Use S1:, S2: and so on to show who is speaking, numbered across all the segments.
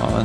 S1: Ja,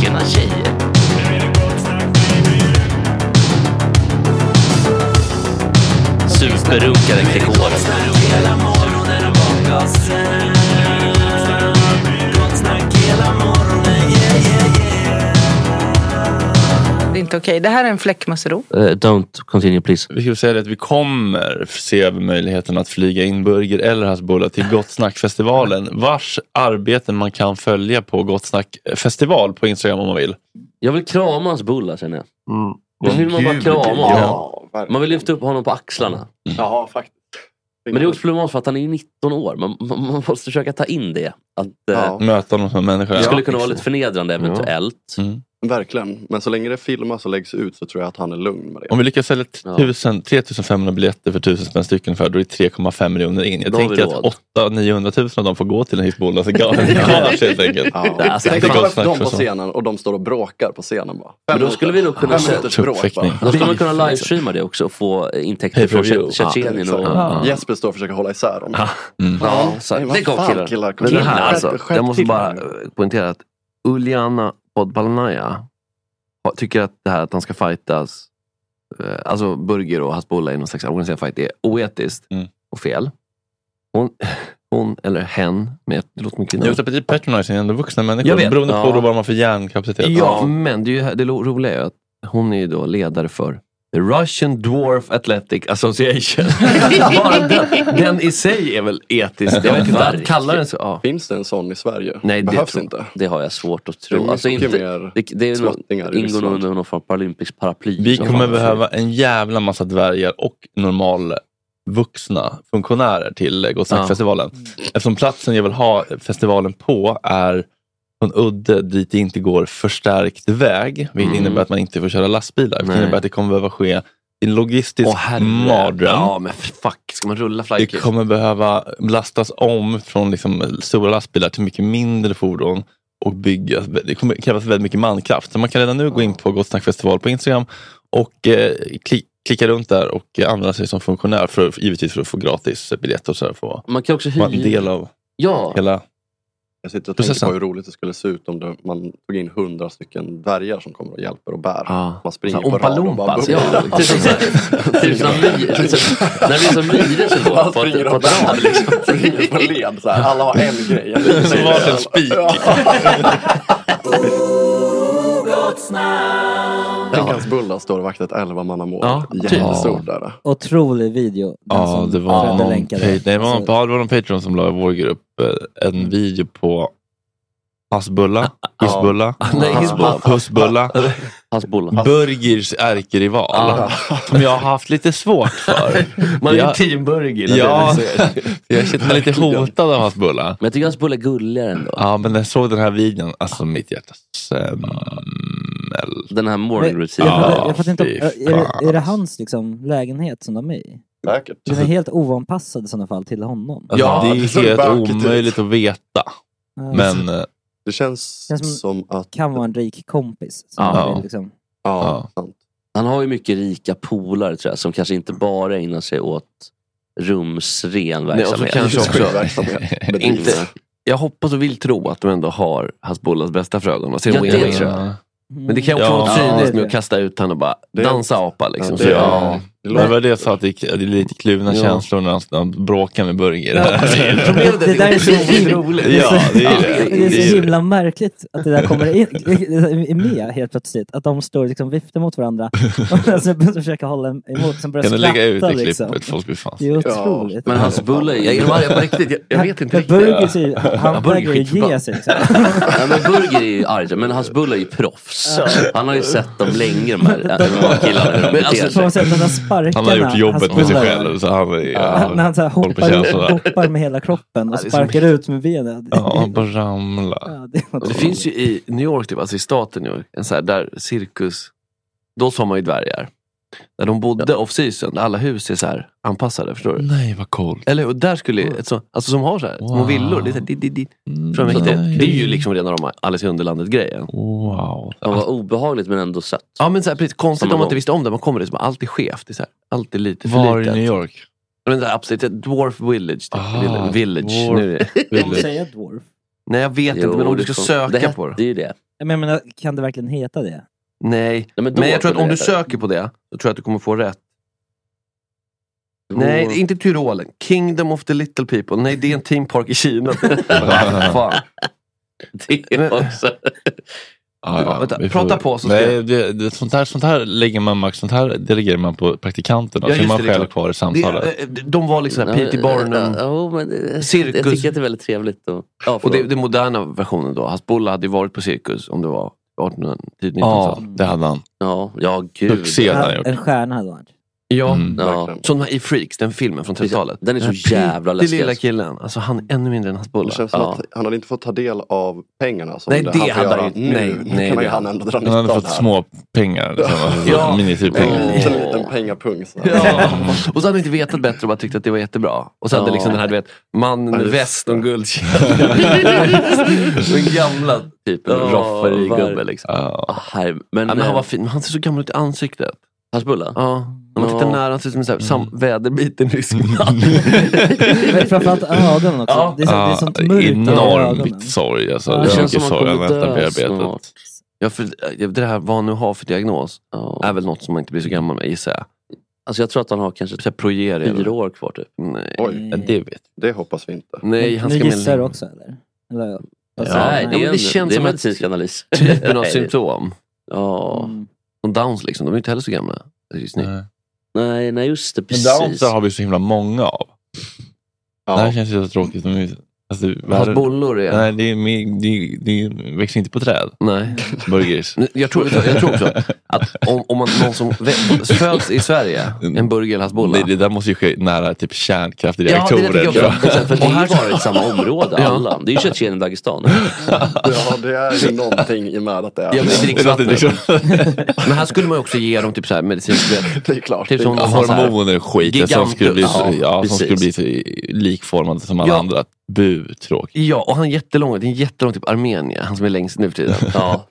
S2: Tjena tjejer.
S3: Superrunkaren Gregor.
S4: Det är inte inte okej. Det här är en fläckmussro.
S5: Eh, don't continue please.
S1: Vi ska säga det att vi kommer se över möjligheten att flyga in Burger eller Hasbulla till Gott Snack-festivalen. Vars arbeten man kan följa på Gott Snack-festival på Instagram om man vill.
S5: Jag vill krama hans bulla känner jag.
S1: Mm.
S5: Nu vill man bara
S1: Gud,
S5: krama
S1: ja.
S5: honom.
S3: verkligen.
S5: Man vill lyfta upp honom på axlarna.
S3: Ja, faktiskt.
S5: Men det är också problematiskt för att han är ju 19 år. Man, man, man måste försöka ta in det. Att, eh,
S3: Ja.
S1: Möta honom som människa.
S5: Det
S3: Ja.
S5: skulle kunna vara lite förnedrande eventuellt.
S3: Verkligen. Men så länge det filmas och läggs ut så tror jag att han är lugn med det.
S1: Om vi lyckas sälja
S5: Ja.
S1: 1000, 3500 biljetter för 1000 spänn stycken för, då är det 3,5 miljoner in. Jag
S5: Då har vi
S1: tänker
S5: råd.
S1: att 800-900 000 av dem får gå till en Hisbollas garage helt enkelt.
S3: Ja.
S5: Det är alltså-
S3: Tänk om
S1: Det är gott
S3: man har
S1: snack
S3: dem
S1: för
S3: på
S1: så.
S3: scenen och de står och bråkar på scenen bara.
S5: Men då skulle vi nog kunna
S3: Fem
S5: se-
S3: minuters bråk bara.
S1: Tuppfäktning.
S5: Då skulle man kunna livestreama det också och få eh, intäkter från
S1: Pay-per-view.
S5: Tje- Tjetjenien.
S3: Ja,
S5: och-
S3: exakt.
S5: Ja.
S3: Jesper står och försöker hålla isär dem.
S5: Ja, så-
S3: Nej, vad
S5: Det går
S3: fan,
S5: killar.
S3: killar.
S5: Men
S2: Men det
S5: Killar,
S2: här alltså.
S3: Skärp- skärp
S2: Jag måste
S3: till
S2: bara
S3: er.
S2: eh, poängtera att Uliana Podbalnaya har- tycker att det här att han ska fightas, eh, alltså Burger och Hasbulla i någon slags organiserad fight är oetiskt
S1: Mm.
S2: och fel. Hon, hon eller hen, med, det låter mycket
S1: Just det, patronizing är ändå vuxna
S2: Jag
S1: människor.
S2: vet.
S1: Beroende på
S2: Ja.
S1: då vad man för hjärnkapacitet.
S2: Ja, men det, är ju, här- det lo- roliga är ju att hon är ju då ledare för The Russian Dwarf Athletic Association. Bara den, den i sig är väl etisk. Jag vet inte, att kalla den så. Ja.
S3: Finns det en sån i Sverige?
S2: Nej, det
S3: Behövs
S2: tror jag
S3: inte.
S5: Det har jag svårt att
S3: Det
S5: tro.
S3: är
S5: Alltså
S3: mycket
S5: inte,
S3: mer
S5: det, det är nog,
S3: småttingar i
S5: ingår nog
S3: Ryssland.
S5: under någon form av paralympisk paraply.
S1: Vi
S5: Så
S1: kommer
S5: fan.
S1: behöva en jävla massa dvärgar och normal vuxna funktionärer till eh, Gott snack-festivalen. Eftersom platsen jag vill ha festivalen på är från udde dit det inte går förstärkt väg,
S2: Mm.
S1: vilket innebär att man inte får köra lastbilar. vilket
S2: Nej.
S1: innebär att det kommer behöva ske en logistisk
S2: Åh herre.
S1: mardröm.
S2: Ja men fuck, ska man rulla
S1: Det
S2: flykick?
S1: kommer behöva lastas om från liksom stora lastbilar till mycket mindre fordon och byggas. Det kommer krävas väldigt mycket mankraft. Så man kan redan nu gå in på Gott Snack Festival på Instagram och eh, kli- klicka runt där och eh, använda sig som funktionär, för, givetvis för att få gratis eh, biljetter och så här, för att
S5: Man kan också
S1: vara en del
S5: hyra.
S1: av
S5: Ja,
S1: hela...
S3: Jag sitter och
S1: Processen.
S3: tänker på hur roligt det skulle se ut om det, man tog in hundra stycken dvärgar som kommer och hjälper och bär.
S2: Ja.
S3: Man springer
S2: Så här,
S3: på rad och bara
S2: Oompa-loompas,
S3: bubblar.
S5: ja. Typ som så här- typ som myr- typ som- när det är som myror som går
S3: Man
S5: på ett,
S3: springer
S5: på
S3: och
S5: ett rad.
S3: bär liksom. Springer på led så här. Alla har en grej. En
S1: Som varsin spik.
S3: Tänk hans bullar står och vaktar ett elvamannamål.
S2: Ja,
S1: typ.
S3: Jättestort där.
S6: Otrolig video. den
S1: Ja,
S6: som
S1: det var
S6: Fredde
S1: någon, pa-
S6: länkade.
S1: nej, det var någon,
S6: Alltså,
S1: ja, det var någon Patreon som la i vår grupp eh, en video på Hassbulla, Hissbulla,
S2: Nej, Hizbullah.
S1: Pussbulla.
S5: Hans bullar.
S1: Burgers ärkerival. Som jag har haft lite svårt för.
S2: Man är ju
S1: Ja.
S2: team Burger. det är
S1: ja,
S2: det du säger.
S1: jag känner mig lite hotad av hans bullar.
S5: Men jag tycker hans bullar är gulligare ändå.
S1: Ja, men när jag såg den här videon, alltså mitt hjärta smäll.
S5: Den här morning
S6: Men-
S5: routine.
S6: jag fattar-
S1: Ja,
S6: jag fattar inte,
S1: fy
S6: är, det, är det
S1: fan.
S6: hans liksom, lägenhet som de är i?
S3: Säkert.
S6: Den är helt oovanpassad i sådana fall till honom.
S1: Alltså,
S2: Ja,
S1: det
S3: det
S1: är
S3: såg
S1: helt
S3: bökigt ut.
S1: omöjligt att veta.
S6: Ja,
S1: Men eh,
S3: Det känns,
S6: Känns
S3: som att...
S6: Kan vara en rik kompis. som
S1: Ja.
S6: vill liksom,
S3: Ja, sant.
S5: Han har ju mycket rika polare tror jag, som kanske inte bara ägnar sig åt rumsren
S2: Nej, och så
S5: verksamhet.
S2: kanske också,
S3: Verksamhet.
S2: inte, jag hoppas och vill tro att de ändå har Hasbullas bästa för ögonen. Och ser
S5: Ja,
S2: en
S5: det
S2: win-win.
S5: tror
S1: ja.
S2: Men det kan ju också
S1: Ja.
S2: vara
S6: Ja,
S2: cyniskt med
S6: det-
S2: att kasta ut honom och bara
S3: Det-
S2: dansa apa liksom.
S3: det-
S1: ja.
S3: Det
S1: Men det
S3: låter-
S1: var det jag sa, att det är det är lite kluvna
S2: Ja.
S1: känslor när han- när han bråkar med Burger.
S2: Problemet är
S6: Det
S2: att
S6: där
S2: det
S6: är så
S2: är otroligt
S6: himla-
S2: roligt.
S1: Ja, det är
S6: Det
S1: det.
S6: är
S1: Det är
S6: så
S1: det.
S6: himla märkligt att det där kommer in, är med helt plötsligt. Att de står liksom viftar mot varandra och den snubben försöker hålla emot som börjar
S1: Kan du
S6: skratta.
S1: lägga ut det klippet?
S6: liksom.
S1: Folk blir fan
S6: Det är otroligt.
S5: Men hans bullar är
S2: Jag är arg på riktigt. Jag, jag vet inte
S6: Men
S2: riktigt.
S6: Burgers är ju-
S2: Ja,
S6: han
S2: Burger
S6: vägrar ju ge
S2: skitförbannad.
S6: sig. Liksom.
S5: Nej, men Burger är ju arg, men hans bullar är ju proffs. Han har ju sett dem länge, de här äh, killarna. hur de
S2: Men
S5: beter
S2: alltså,
S5: sig.
S6: Får man säga att de där sparkarna...
S1: Han har gjort jobbet
S6: hans
S1: med sig
S6: bollar-
S1: själv. Så han, är-
S6: Han- När
S1: ja,
S6: han så här
S1: Håll på känslorna.
S6: hoppar, hoppar med hela kroppen och
S2: Ja, det är så
S6: sparkar ut med benen.
S1: ja, han bara ramlar.
S6: Ja, det är
S2: Det
S6: otroligt.
S2: finns ju i New York, typ, alltså i staten New York, en så här, där cirkus, då sa man ju dvärgar. Där de bodde off-season, där alla hus är så här anpassade. Förstår
S3: Mm.
S2: du?
S1: Nej, vad coolt.
S2: Eller hur? Där skulle ju ett så, alltså som har så här, små
S1: Wow.
S2: villor. Det är, så här, di, di, di.
S1: Mm,
S2: Förstår du vad jag menar?
S1: nej.
S2: det är ju liksom rena rama Alice i Underlandet-grejen.
S1: Wow.
S5: Han var obehagligt men ändå sött.
S2: Ja men så här, precis, konstigt
S5: Samma
S2: om man inte
S5: gång.
S2: visste om det. Man kommer dit som allt är skevt. Det är så här, allt är lite för
S1: Var i
S2: litet.
S1: New York?
S2: Men det är absolut, ett dwarf village. Typ.
S1: Ah,
S2: Vill- village.
S1: dwarf.
S2: Nu är det.
S6: Får man säga dwarf?
S2: Nej jag vet inte, men om du
S5: det
S2: ska
S5: får-
S2: söka
S5: det hette
S2: på det.
S5: ju det.
S6: Men jag menar, kan det verkligen heta det?
S2: Nej.
S5: Nej, men
S2: Men jag tror att
S5: kunde
S2: om du
S5: det heta det.
S2: söker på det, då tror jag att du kommer få rätt. Nej, det är inte Tyrolen. Kingdom of the little people. Nej, det är en team park i Kina. Fan.
S5: Det är också.
S1: Ja, ja,
S2: Vänta,
S1: vi
S2: prata på så ska
S1: Nej, det, det, sånt, här, sånt här lägger man max, sånt här delegerar man på praktikanterna.
S2: Ja,
S1: så är
S2: just
S1: man
S2: det, det är
S1: själv
S2: klart.
S1: kvar i
S2: Det,
S1: samtalet.
S2: eh, de var liksom
S5: Ja,
S2: såhär P.T.
S1: eh,
S2: Barnum.
S5: Ja, jo, men det,
S2: Cirkus.
S5: Jag tycker att det är väldigt trevligt. Och, ja,
S2: Och det,
S5: förlåt.
S2: den moderna versionen då. Hasbulla hade ju varit på cirkus om det var 1800 tidigt 1900-tal.
S1: ja, det hade han.
S5: ja, ja, gud.
S1: Succé hade han gjort.
S6: En stjärna hade varit.
S2: Ja.
S1: Mm.
S5: Ja.
S2: Som den här i Freaks, den filmen från 30-talet.
S5: Den är så
S2: Den här
S5: jävla läskig,
S2: lilla
S5: alltså.
S2: killen. Alltså han är ännu mindre än
S3: Det
S2: Hasbulla.
S3: känns som
S2: Ja.
S3: att han hade inte fått ta del av pengarna som
S2: Nej, det
S3: han får
S2: hade
S3: göra
S2: han ju-
S3: nu.
S2: nej,
S3: nu
S2: nej,
S3: kan han
S2: det hade-
S3: ju han ändå dra
S1: Han
S3: nytta av
S1: hade
S3: det här.
S1: fått små pengar. Liksom, alltså,
S2: Ja.
S3: En
S1: Miniatyrpengar.
S3: liten,
S5: Åh.
S3: liten pengapung. Så.
S2: Ja. Och så hade han inte vetat bättre och bara tyckt att det var jättebra. Och så hade
S5: Ja.
S2: liksom den här du vet, mannen med
S3: Ja, just
S2: väst
S3: det.
S2: och guldkedja. Den gamla typen
S5: typ Ja,
S2: oh, rofferigubbe
S5: var-
S2: liksom.
S1: Ja.
S5: Ah, här, men,
S2: Ja, men han
S5: eh,
S2: var fin, men han ser så gammal ut i ansiktet.
S5: Hasbulla?
S2: Ja. När man
S5: Ja. Mm.
S2: tittar nära, han ser ut som en sån här sam- väderbiten rysk man.
S6: Men framförallt ögonen också.
S2: Ja.
S6: Det, är så, det är sånt mörker i ögonen.
S1: Enormt sorg. Alltså.
S6: Ja.
S1: Det
S5: Det
S1: är
S5: känns
S1: mycket
S5: som
S1: sorg
S5: han
S1: han
S5: kommer dö
S1: väntar bearbetat.
S5: snart.
S2: ja, för, eh, det här vad han nu har för diagnos
S5: Ja.
S2: är väl något som man inte blir så gammal med gissar jag.
S5: Alltså jag tror att han har kanske
S2: Så här progeria. eller-
S5: fyra år kvar typ.
S2: Nej.
S3: Oj,
S1: Ja, Det vet
S3: det hoppas vi inte.
S2: Nej, han
S6: nu
S2: ska med
S6: gissar du
S2: längre.
S6: också eller? eller
S2: Ja.
S5: Nej, det,
S2: men
S5: är
S2: det
S5: en, det
S2: känns
S5: är en
S2: som ett-
S5: medicinsk analys.
S2: Typen av
S5: Nej,
S2: symptom.
S5: Ja.
S6: Mm.
S2: Som Downs liksom, de är inte heller så gamla. Det är ju snyggt.
S1: jag.
S5: Nej, nej just det.
S1: Men
S5: Precis.
S1: Downs har vi så himla många av. Det här
S3: Ja.
S1: känns ju så tråkigt. Men vi- Alltså,
S2: Hans
S1: världen-
S2: bollor är...
S1: Nej, det, är, mer- det, det växer inte på träd.
S2: Nej.
S1: Burgers.
S2: Men Jag tror, jag tror också att om, om man, någon som vä- föds i Sverige, en burger eller hasbulla.
S1: Nej, det där måste ju ske nära typ
S2: Ja, det
S1: kärnkraftreaktorer.
S2: tycker jag
S1: tror jag.
S2: också.
S5: Och sen, för det
S2: Och
S5: har
S2: här-
S5: ju varit samma område,
S2: Ja.
S5: alla. Det är ju Tjetjenien och Dagestan.
S3: ja, det är ju någonting i med att det är.
S2: Ja, men det är
S1: Det låter
S2: dricksvatten.
S1: liksom,
S2: Men här skulle man ju också ge dem typ så här medicinsk vet,
S3: Det är klart.
S2: Typ
S3: det är
S2: som-
S3: klart.
S1: hormoner och skit som
S2: Gigantus.
S1: skulle bli, så,
S2: Ja,
S1: ja, som
S5: precis.
S1: skulle bli så likformade som alla
S2: Ja.
S1: andra. Bu, tråkigt.
S2: Ja, och han är jättelång. Det är en jättelång typ Armenier, han som är längst nu för tiden.
S5: Ja. Ja,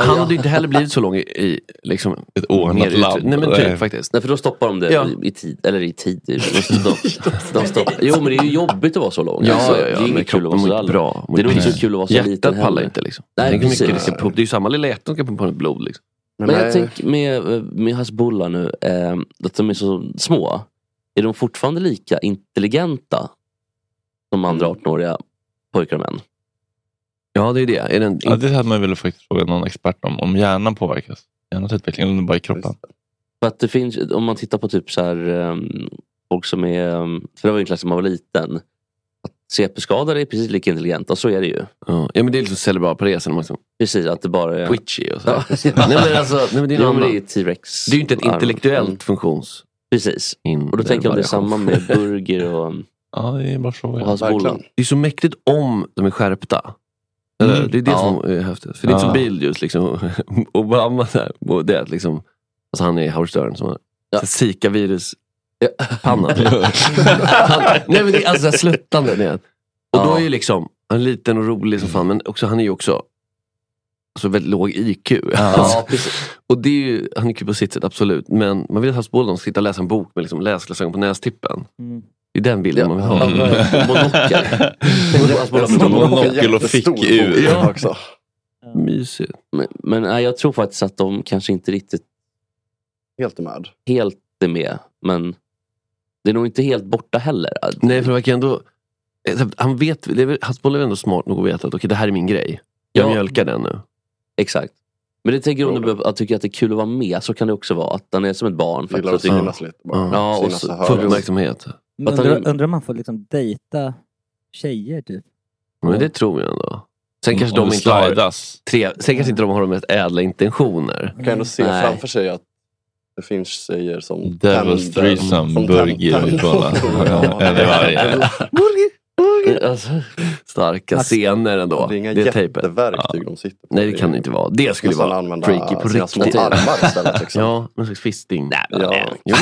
S2: Han
S5: ja.
S2: hade ju inte heller blivit så lång i, i liksom...
S1: Ett oanat
S2: mer
S1: land.
S2: ut- Nej men typ
S1: Nej.
S2: faktiskt.
S5: Nej, för då stoppar de det
S2: Ja.
S5: i tid. Eller i tid. De, de, de stoppar. Jo, men det är ju jobbigt att vara så lång.
S2: Ja,
S5: Alltså,
S2: ja,
S5: det
S2: ja.
S5: är
S2: men
S5: inget kul att vara
S2: kroppen
S5: så
S2: mår inte
S5: lall.
S2: bra.
S5: Det är nog inte
S2: piss.
S5: så kul att vara så liten
S2: Hjärtat pallar
S5: heller.
S2: inte liksom.
S5: Nej,
S2: Tänk hur mycket det,
S5: precis.
S2: ska pumpa. det är ju samma lilla hjärta som ska pumpa upp blod. Liksom.
S3: Nej,
S5: Men
S3: nej.
S5: jag tänker med, eh, med Hasbulla nu, eh, att de är så små. Är de fortfarande lika intelligenta som andra
S2: Mm.
S5: 18-åriga pojkar och män?
S2: Ja, det är det. Är den,
S1: Ja, det hade man velat faktiskt fråga någon expert om. Om hjärnan påverkas. Hjärnans utveckling eller bara i kroppen.
S3: Just
S5: För att det finns, om man tittar på typ så här, ehm, folk som är, ehm, för det var ju en klass när man var liten. Att CP-skadade är precis lika intelligenta, så är det ju.
S2: ja, men det är liksom cerebral pares. När man liksom,
S5: Precis, att det bara är...
S2: twitchy och så.
S5: Ja.
S2: nej, men alltså, nej, men det, är en
S5: Jo, men
S2: annan.
S5: det är T-rex.
S2: det är Mm. ju inte ett
S5: arm.
S2: intellektuellt
S5: Mm,
S2: funktions...
S5: Precis. Och då tänker jag om det är samma med Burger och,
S1: Ja, det är bara så.
S5: och
S1: Ja.
S5: hans bolag.
S3: Verkligen.
S2: Det är så mäktigt om de är skärpta. Eller,
S1: Mm.
S2: Det är det
S5: Ja.
S2: som är häftigt. För det är inte som
S1: Ja.
S2: Beetlejuice. Liksom. Obama, så här, och det, är liksom, alltså han är Howard Stern som har
S5: Ja.
S2: Zika-virus pannan. Han- Nej men det är alltså sluttande. Det. Och då
S5: Ja.
S2: är ju liksom, han är liten och rolig som fan men också, han är ju också alltså, väldigt låg IQ. Alltså,
S5: Ja, precis.
S2: och det är ju, han är kul på sitt sätt absolut. Men man vill att hans bollen ska sitta och läsa en bok med liksom, läsglasögon på nästippen.
S6: Mm.
S2: Det är den bilden man vill ha.
S5: Ja,
S2: eh,
S5: verkligen. Monokel. Hans bolag
S3: Jag
S5: med
S3: såg
S5: monokel.
S1: Mm. Monokel och fick
S3: jättestor
S1: ur.
S3: bok
S2: Ja.
S3: också.
S2: Mm. Mysigt.
S5: Men, men nej, jag tror faktiskt att de kanske inte riktigt
S3: Helt med.
S5: helt är med. Men det är nog inte helt borta heller.
S2: Nej, för det verkar ändå... eh, Han vet, det är väl- Hasbulla är väl ändå smart nog att veta att okej, det här är min grej. Jag
S5: Ja.
S2: mjölkar den nu.
S5: Exakt. Men det tänker jag om du behöver- att tycker att det är kul att vara med. Så kan det också vara. Att han är som ett barn.
S3: Gillar att
S5: Faktiskt.
S2: synas.
S3: synas lite. bara.
S2: Ja.
S5: Ja, och
S3: Synas
S5: så-
S3: högt.
S2: Får uppmärksamhet.
S6: Men
S5: Att han-
S6: Undrar, undrar om man får liksom dejta tjejer typ.
S2: Men det tror jag ändå. Mm. Sen kanske de inte har,
S1: slidas.
S2: tre, sen kanske inte de har de mest ädla intentioner.
S3: Man kan ändå se
S5: Nej.
S3: framför sig att det finns tjejer som
S1: Devil's threesome,
S3: som
S1: burger och
S3: tänder-
S1: kolla. Ja, Eller varje.
S2: Alltså, starka scener ändå.
S3: Det är inga
S2: Det är tejpet.
S3: jätteverktyg de sitter på.
S2: Nej, det kan det inte vara. Det skulle
S3: Skulle
S2: vara
S3: använda
S2: freaky på
S3: sina
S2: riktigt.
S3: små armar istället. Liksom.
S2: Ja, någon slags fisting. Nej, men-
S3: Ja.
S2: Jo.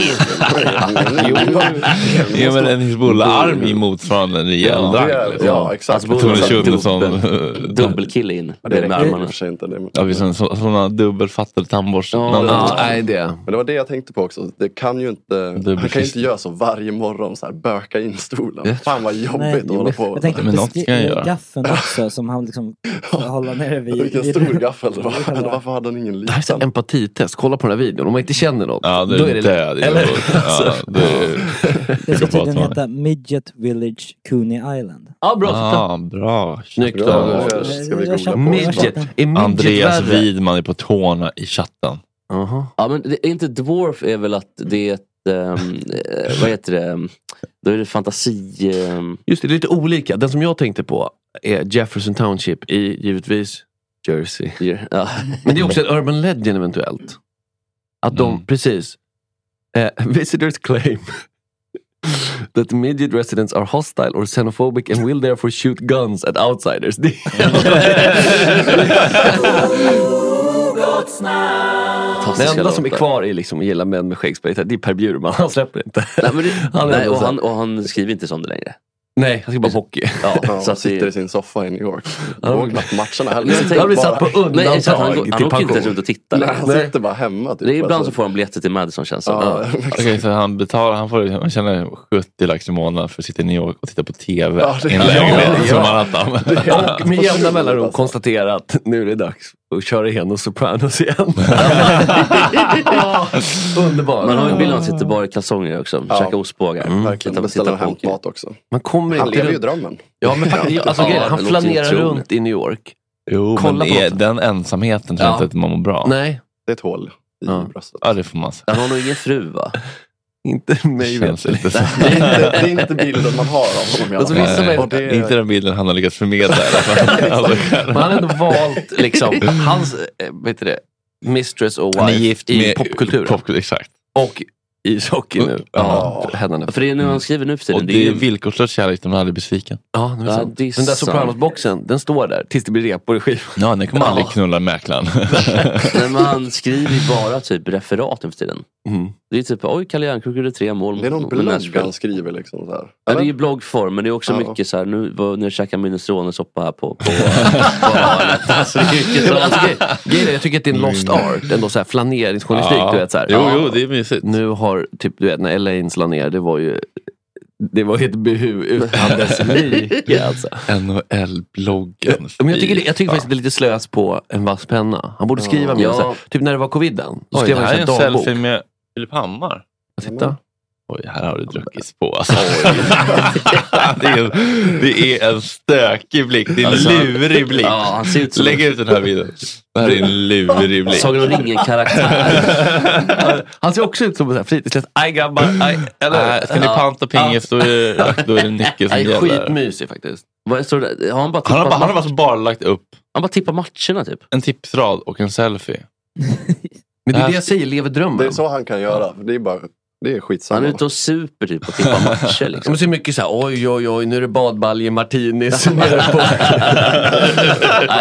S2: Jo, jo,
S1: Ja, men en Hizbullah-arm i motsvarande en rejäl
S2: Ja.
S1: drag. liksom.
S3: Ja, exakt.
S5: Alltså,
S1: Tone
S5: Dubbel-
S1: Schunnesson.
S5: Dubbelkille in.
S3: Ja,
S5: Det är med
S3: räcker i och
S5: armarna.
S3: för sig inte. Det är-
S1: Ja, vi sån- så- såna dubbelfattade tandborst.
S5: Ja,
S1: någon-
S2: Ja, nej det.
S3: Men det var det jag tänkte på också. Det kan ju inte,
S1: Dubbelkist.
S3: han kan ju inte göra så varje morgon, så här, böka in stolen. Fan vad jobbigt
S6: Nej,
S3: att
S6: men
S3: hålla hålla på.
S6: Jag tänkte
S1: Men något ska jag
S6: beskriva
S1: göra.
S6: gaffeln också som han liksom håller nere vid.
S3: Vilken
S6: vid-
S3: stor gaffel det var. Eller varför hade han ingen
S2: Det här är så här
S3: liten?
S2: empatitest. Kolla på den här videon. Om man inte känner någon,
S1: Ja, det
S2: då
S1: är
S2: är det
S1: död.
S2: lätt. Eller? Alltså.
S1: Ja, det är...
S6: Det ska
S1: Jag pratar
S6: tydligen
S1: om
S6: heta Midget Village Cooney Island.
S2: Ja, bra.
S1: Ah, bra.
S2: Snyggt
S3: Bra,
S2: av
S3: ja,
S2: oss.
S3: ja, ska vi
S6: Jag
S3: googla
S6: köper-
S3: på.
S2: Midget. Är midget
S1: Andreas
S2: värre?
S1: Widman är på tårna i chatten.
S2: Jaha.
S5: Ja, men det, är inte dwarf är väl att det är ett, ehm, eh, vad heter det, då är det fantasi... ehm,
S2: Just det, det är lite olika. Den som jag tänkte på är Jefferson Township i givetvis Jersey.
S5: ja.
S2: Men det är också en urban legend eventuellt. Att de,
S1: Mm.
S2: precis. Eh, visitors claim that midget residents are hostile or xenophobic and will therefore shoot guns at outsiders. Det det
S5: fantastiska
S2: enda som är
S5: låtar.
S2: kvar är liksom att gilla män med skäggspäckta. Det är Per Bjurman, han släpper inte.
S5: Nej, men det,
S2: Han är
S5: nej,
S2: ändå
S5: och,
S2: så här-
S5: han, och han skriver inte sånt längre.
S2: Nej, han ska bara hockey.
S5: Ja,
S3: Ja,
S5: så
S3: han
S5: att det,
S3: sitter i sin soffa i New York.
S2: Ja.
S3: Går knappt matcherna
S5: Men jag
S3: heller.
S5: tänker-
S2: Han blir satt på
S5: nej, så att han,
S2: undantag
S5: går- han
S2: till
S5: åker inte ens runt
S2: pension.
S5: och tittar.
S3: Nej, han
S2: Nej.
S3: sitter bara hemma. Typ.
S5: Det är ibland
S3: Alltså,
S5: så får han biljetter till Madison känns det som.
S3: Ja,
S1: Okej, så han betalar, han får han tjänar 70 lax i månaden för att sitta i New York och titta på TV
S3: Ja, det-
S1: i en lägenhet
S2: Ja,
S1: som
S2: ja.
S1: Manhattan.
S2: Och med jämna mellanrum
S3: Alltså,
S2: konstatera att nu är det dags att köra igenom Sopranos igen. Underbart.
S5: Man har ju en bild när han sitter bara i kalsonger också.
S3: Ja.
S5: Käkar ostbågar.
S2: Mm.
S5: Titta
S3: Verkligen.
S5: på-
S3: Beställer
S5: titta på
S3: hem
S5: hockey.
S3: mat också.
S2: Man kommer
S3: Han
S2: inte
S3: lever ju
S2: runt.
S3: drömmen.
S2: Ja, men faktiskt, jag- alltså,
S5: Ja,
S2: grejen är, han
S5: det låter
S2: flanerar
S5: otroligt.
S2: runt i New York.
S1: Jo,
S2: Kolla
S1: men
S2: på
S1: är,
S2: något.
S1: den ensamheten tror
S2: Ja.
S1: jag inte att man mår bra.
S2: Nej,
S3: Det är ett hål i
S2: Ja.
S3: bröstet.
S1: Ja, det får man säga.
S5: Han har nog ingen fru va?
S2: inte mig
S1: Känns
S2: veterligen.
S1: inte så.
S3: Det är, inte, det är inte bilden man har av honom i alla
S2: Alltså,
S3: fall.
S2: vissa
S1: Nej,
S2: människor-
S3: Och det-
S1: Inte den bilden han har lyckats förmedla. i alla fall. alltså,
S2: Men han har ändå valt liksom, hans eh, vet du det, mistress och
S1: han är
S2: wife
S1: gift
S2: i
S1: med
S2: popkulturen.
S1: Pop, exakt.
S2: Och ishockey nu. Ja,
S1: Ja.
S2: händerna.
S5: För det är nu
S3: Mm.
S5: han skriver nu för tiden.
S1: Och det är
S5: ju-
S1: villkorslös kärlek, de är aldrig besviken.
S2: Ja, det är
S5: Ja,
S2: sant.
S5: det är
S2: Den där
S5: sant.
S2: Sopranos-boxen, den står där tills det blir repor i skivan.
S1: Ja, den kommer
S2: Ja.
S1: aldrig knulla mäklaren.
S5: Nej, men han skriver ju bara typ referat nu för tiden. Det är typ, oj, Kalle Järnkrok gjorde tre mål
S3: Mm. Det är någon
S5: mot
S3: blogg
S5: Nashville.
S3: han skriver liksom. Så här.
S5: Ja, det är ju
S3: Eller?
S5: bloggform, men det är också
S3: Ja.
S5: mycket så här, nu, var- nu käkar minestronesoppa här på, på, på hörnet. Alltså, det är mycket
S2: Ja, men
S5: sånt.
S2: alltså, grej- grejen är, jag tycker att det är en lost art, ändå så här flaneringsjournalistik.
S1: Ja.
S2: Du vet, så här.
S1: Jo,
S2: Ja.
S1: jo, det är mysigt.
S2: Nu har, typ du vet när Elaines la ner, det var ju det var ju ett behu utan dess like. Alltså.
S1: NHL-bloggen.
S2: Men jag tycker, det- jag tycker faktiskt att det är lite slös på en vass penna. Han borde skriva mer.
S5: Ja.
S2: så här, Typ när det var coviden. Då
S1: Oj,
S2: skrev
S1: det
S2: han
S1: här är
S2: en
S1: en
S2: sån här dagbok.
S1: selfie med Filip Hammar.
S2: Titta.
S1: Oj, här har det druckits på. Alltså. det, är en, det är en stökig blick. Det är en
S5: Alltså,
S1: lurig blick.
S5: Ja, han ser ut som
S1: Lägg ut den här videon. Det här är en lurig blick.
S5: Sagan om ringen-karaktär.
S2: Han ser också ut som en fritidslös. Aj grabbar, aj. Eller,
S1: Äh, ska ni panta pingis då är det, då är det Nicke som
S2: Han är
S1: gäller.
S2: skitmysig faktiskt.
S5: Vad står det? Har han bara
S1: Han
S5: tippat,
S1: har, bara- han har
S5: han
S1: alltså bara lagt upp
S5: bara tippat matcherna typ?
S1: en tipsrad och en selfie.
S2: Men det är
S1: Äh.
S2: det jag säger, lever drömmen.
S3: Det är så han kan göra. Det är bara... Det är skitsamma.
S5: Han är ute och super typ och tippar matcher liksom.
S2: Men så är det mycket så här, oj oj oj, nu är det badbalje martinis. nere på. Nej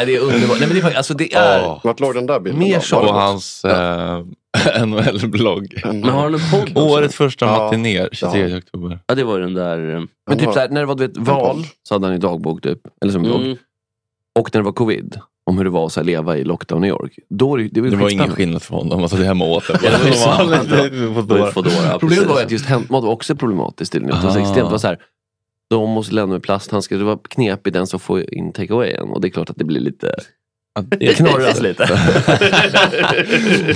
S2: det är underbart. Nej, men det är, faktiskt- alltså, det är,
S1: Åh.
S3: Vart låg den där bilden?
S2: Mer
S3: då?
S2: så.
S3: Var det
S1: Och hans eh, NHL-blogg.
S3: en-
S5: Men har han en podd?
S1: Årets
S5: Året...
S1: första
S3: Ja.
S1: matinéer, 23 oktober.
S5: Ja, det var ju den där... eh,
S2: Men typ
S3: har-
S2: så här, när det var du vet, val så hade han ju dagbok typ. Eller som jag.
S5: Mm,
S2: Och när det var covid, om hur det var att så här, leva i lockdown i New York. Då är det, det var, ju
S1: Det var ingen
S2: skitspännande.
S1: skillnad för honom. Han satt hemma och åt det.
S5: Ja, Alltså, det var ju
S1: Som
S5: sant.
S1: vanligt. Det var dåligt.
S5: Foodora,
S2: Problemet var ju
S5: precis.
S2: att just hämtmat var också problematiskt tydligen.
S1: Ah.
S2: Det var så extremt. Det var så här, de måste lämna med plasthandskar. Det var knepigt den som får in take awayen. Och det är klart att det blir lite... Det knorras lite.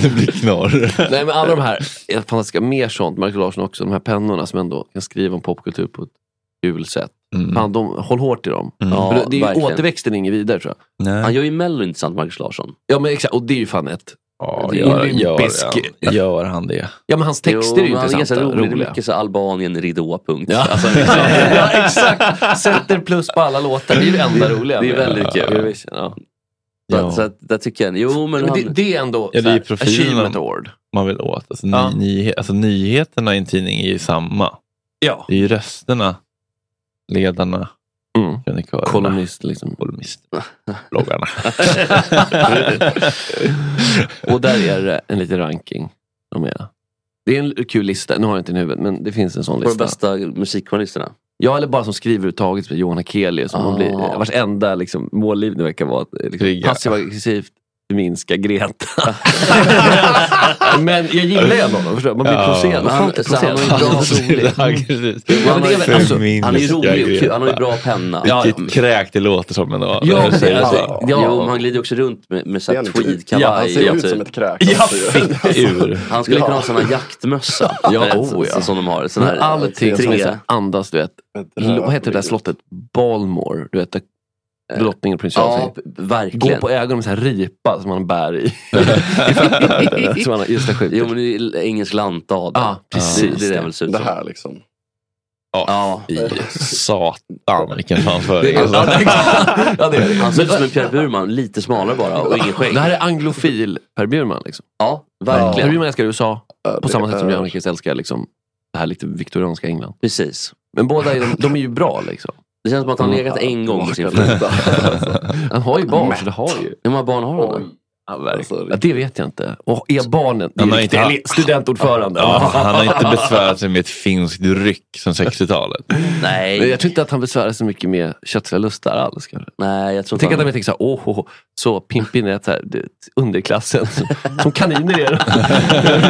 S1: det blir knorr.
S2: Nej men alla de här är fantastiska, mer sånt, Michael Larsson också, de här pennorna som ändå kan skriva om popkultur på ett kul sätt. Fan, de, håll hårt i dem.
S1: Mm.
S5: Ja,
S2: För det- det är ju
S5: verkligen.
S2: återväxten är inget vidare tror jag.
S5: Han
S1: Nej.
S5: gör ju Mello intressant, Marcus Larsson.
S2: Ja men exakt, och det är ju fan ett...
S1: Ja,
S2: det är
S1: gör,
S2: olympisk.
S1: gör, han, gör han det?
S2: Ja men hans texter är ju
S5: men han
S2: intressanta,
S5: ganska rolig. Det är
S2: roliga.
S5: mycket så Albanien, ridå, punkt.
S2: Ja.
S5: Alltså, liksom.
S2: ja exakt, sätter plus på alla låtar. Det är ju det enda roliga.
S5: det är
S2: med
S5: väldigt kul.
S2: Eurovision, Ja.
S5: så,
S1: Ja.
S5: att- så att, där tycker jag, jo men,
S2: Men
S5: han,
S2: det, det är ändå
S1: Ja, det är
S2: så här,
S1: ju profilen.
S2: achievement award.
S1: Man vill åt. Alltså,
S2: Ja.
S1: ny, nyhe- alltså, nyheterna i en tidning är ju samma.
S2: Ja.
S1: Det är ju rösterna, ledarna,
S2: Mm.
S1: krönikörerna,
S2: Kolumnist liksom.
S1: kolumnisterna, bloggarna.
S2: Och där är det en liten ranking. De är. Det är en kul lista, nu har jag inte den i huvudet men det finns en sån
S5: på de
S2: lista.
S5: bästa musikjournalisterna.
S2: Ja, eller bara som skriver överhuvudtaget. Johan Hakelius, som
S5: Ah.
S2: hon blir, vars enda liksom, målgivning verkar vara att, eh, liksom,
S1: Kriga.
S2: passivt aggressivt minska Greta. Men jag gillar ju ändå honom. förstår du? Man blir
S1: Ja.
S2: provocerad.
S5: Men han-
S2: Han, så han har ju
S5: Ja,
S2: bra
S1: Alltså,
S2: rolig. Ja, men det är väl- alltså,
S5: Han är ju rolig och kul, han har ju bra penna.
S2: Ja,
S1: Vilket kräk det låter som ändå.
S2: Ja,
S1: När du säger
S2: alltså,
S1: så.
S5: Ja, och han glider också runt med, med så här
S3: Det är han inte.
S5: tweedkavaj.
S2: Ja,
S3: typ- Han ser ju ut
S5: typ.
S3: som ett kräk.
S2: Ja,
S3: alltså, ju.
S2: fick ur.
S5: Han skulle
S3: Ja.
S5: kunna ha sån här jaktmössa.
S2: Ja,
S5: vet,
S2: oh, ja.
S5: så- Som de har. Sån här,
S2: Men allting som är
S5: tre-
S2: så här eh, andas, du vet. L- Vad heter det där slottet? Balmore. Du vet, där drottningen och
S5: Ja,
S2: prinsessan. Gå
S5: verkligen.
S2: på ögonen med så här ripa som man bär i. som man har just där
S5: Jo men det är engelsk lantad.
S2: Ja, precis.
S5: Det, det är det väl ser ut
S3: Det
S5: som.
S3: här liksom.
S5: Ja.
S1: I Satan vilken framföring.
S2: Ja,
S1: Alltså.
S2: det- ja, det är det.
S5: Han ser ut som en Pierre Burman, lite smalare bara och ingen skägg.
S2: Det här är anglofil Per Bjurman. Liksom.
S5: Ja,
S2: Per
S5: verkligen.
S2: Bjurman älskar USA
S3: Ja,
S2: på
S3: det eh,
S2: samma sätt som
S3: är-
S2: Jan Nyqvist älskar liksom, det här lite viktorianska England.
S5: Precis.
S2: Men båda är, de, de är ju bra liksom.
S5: Det känns som att han
S2: Mm.
S5: legat en gång med sin fru.
S3: Lite, alltså.
S2: Han har ju barn, så det har ju.
S5: Hur många barn har han? då?
S2: Ja, verkligen. ja, det vet jag inte. Och är barnen det är
S1: Han har
S2: riktiga
S1: inte-
S2: ele- studentordförande?
S1: Ja, han har inte besvärat sig med ett finskt ryck sedan 60-talet.
S2: Men
S5: Nej.
S2: jag tror inte att han besvärar sig mycket med köttsliga lustar alls. kanske.
S5: Nej, jag tror
S2: Jag tänker
S5: inte
S2: att han
S5: han...
S2: tänker så här, åh, åh, åh, så pimpin är så här, det, underklassen. Som kaniner är de.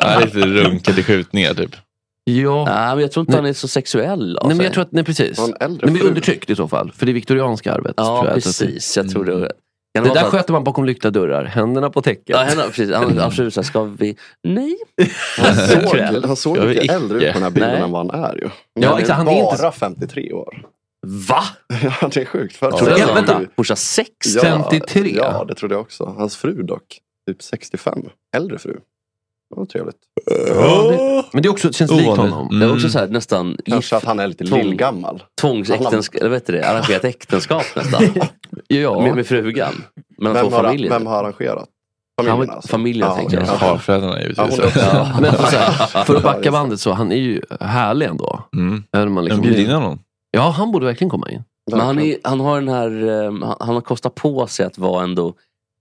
S1: Han är lite runket i skjutningar typ.
S2: ja.
S5: Nej, men jag tror inte
S2: Nej.
S5: han är så sexuell. alltså.
S2: Nej,
S5: av
S2: men
S5: sig.
S2: jag tror att, nej precis.
S3: Han är en äldre
S2: Nej, men
S3: fru.
S2: undertryckt i så fall. För det viktorianska arvet.
S5: Ja,
S2: tror jag,
S5: precis. Jag tror det. Kan
S2: Att, det
S5: vara
S2: där
S5: så att-
S2: sköter man bakom lyckta dörrar. Händerna på täcket.
S5: Ja, henne, precis. Han, absolut, så här, ska vi... Nej.
S3: Han såg,
S5: Kväll.
S3: han såg
S1: Jag vill
S3: mycket äldre ut
S1: icke.
S3: på den här bilden
S5: Nej.
S3: än vad han är ju.
S2: Ja, exakt, han är inte-
S3: bara 53 år.
S5: Va?
S3: Ja, det är sjukt. För
S2: Tror du
S5: Alltså,
S2: det? Vänta.
S5: Morsa sex?
S3: Ja,
S2: 53?
S3: Ja, det trodde jag också. Hans fru dock, typ 65. Äldre fru. Det var trevligt.
S2: Men det är också, känns likt
S1: Ovanligt. Mm.
S2: honom.
S5: Det var också så här, nästan
S3: Kanske att
S5: gift-
S3: han är lite
S5: Tvång.
S3: lillgammal.
S5: tvångsäktenskap, eller vad heter det? Arrangerat äktenskap nästan. med,
S2: Ja.
S5: med frugan. Mellan
S3: Vem
S5: två
S3: har,
S5: familjer.
S3: vem har arrangerat?
S5: Ja,
S3: Familjen
S5: men
S3: alltså.
S5: familjen, tänker jag.
S3: okej.
S1: Farfäderna
S3: Ja, hon
S1: givetvis.
S3: är också-
S5: Ja.
S2: Men för, så här, för att
S3: Ja, just
S2: backa
S3: det.
S2: bandet så, han är ju härlig ändå.
S1: Mm.
S2: Även om man
S1: Men
S2: liksom-
S1: Bjud in honom.
S2: Ja, han borde verkligen komma in.
S5: Men han, är, han har den här, ehm, han, han har kostat på sig att vara ändå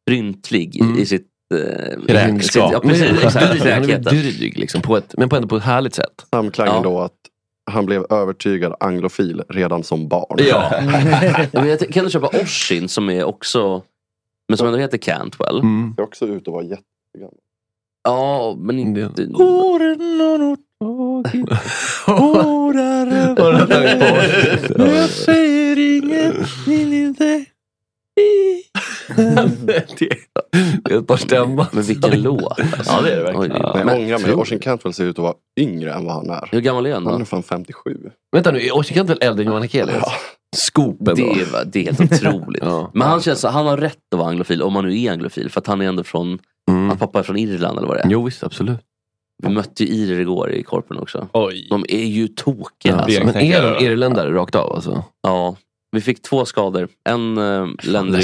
S5: bryntlig i-
S2: Mm.
S5: i sitt... eh, i sitt-
S1: Kräkskap.
S5: Ja, precis. Exakt,
S2: Dryg, han är
S5: kräkheten.
S2: dryg, liksom, på ett, men på, ändå på ett härligt sätt.
S3: Samklangen
S5: Ja.
S3: då att han blev övertygad anglofil redan som barn.
S5: Ja, men jag tänker, Kan du köpa Oshin som är också, men som ändå heter Cantwell?
S2: Mm.
S3: Det är också ut och var jätte...
S5: Ja, men
S2: Mm.
S5: inte...
S2: Jag
S1: säger inget, vill inte.
S2: det, är, det är ett par stämman.
S5: Men vilken låt. alltså.
S2: Ja, det är det verkligen.
S5: Oj,
S2: Ja.
S3: Men jag ångrar mig.
S5: tror-
S3: Orson Cantwell ser ut att vara yngre än vad han är.
S5: Hur gammal är han
S3: Han
S5: då?
S3: är fan 57.
S2: Vänta nu, är Ossikan väl äldre än Johan Hakelius?
S3: Ja.
S2: Skopen
S5: Det
S2: då.
S5: är, va- det är helt otroligt.
S2: Ja.
S5: Men han känns så, han har rätt att vara anglofil, om han nu är anglofil. För att han är ändå från,
S2: Mm.
S5: hans pappa är från Irland eller vad det är.
S2: Jo, visst, absolut.
S5: Vi mötte ju irer igår i korpen också.
S1: Oj.
S5: De är ju tokiga.
S2: Ja,
S5: Alltså.
S2: alltså, men
S1: er-
S2: är de irländare rakt av alltså?
S5: Ja, vi fick två skador. En äh, länder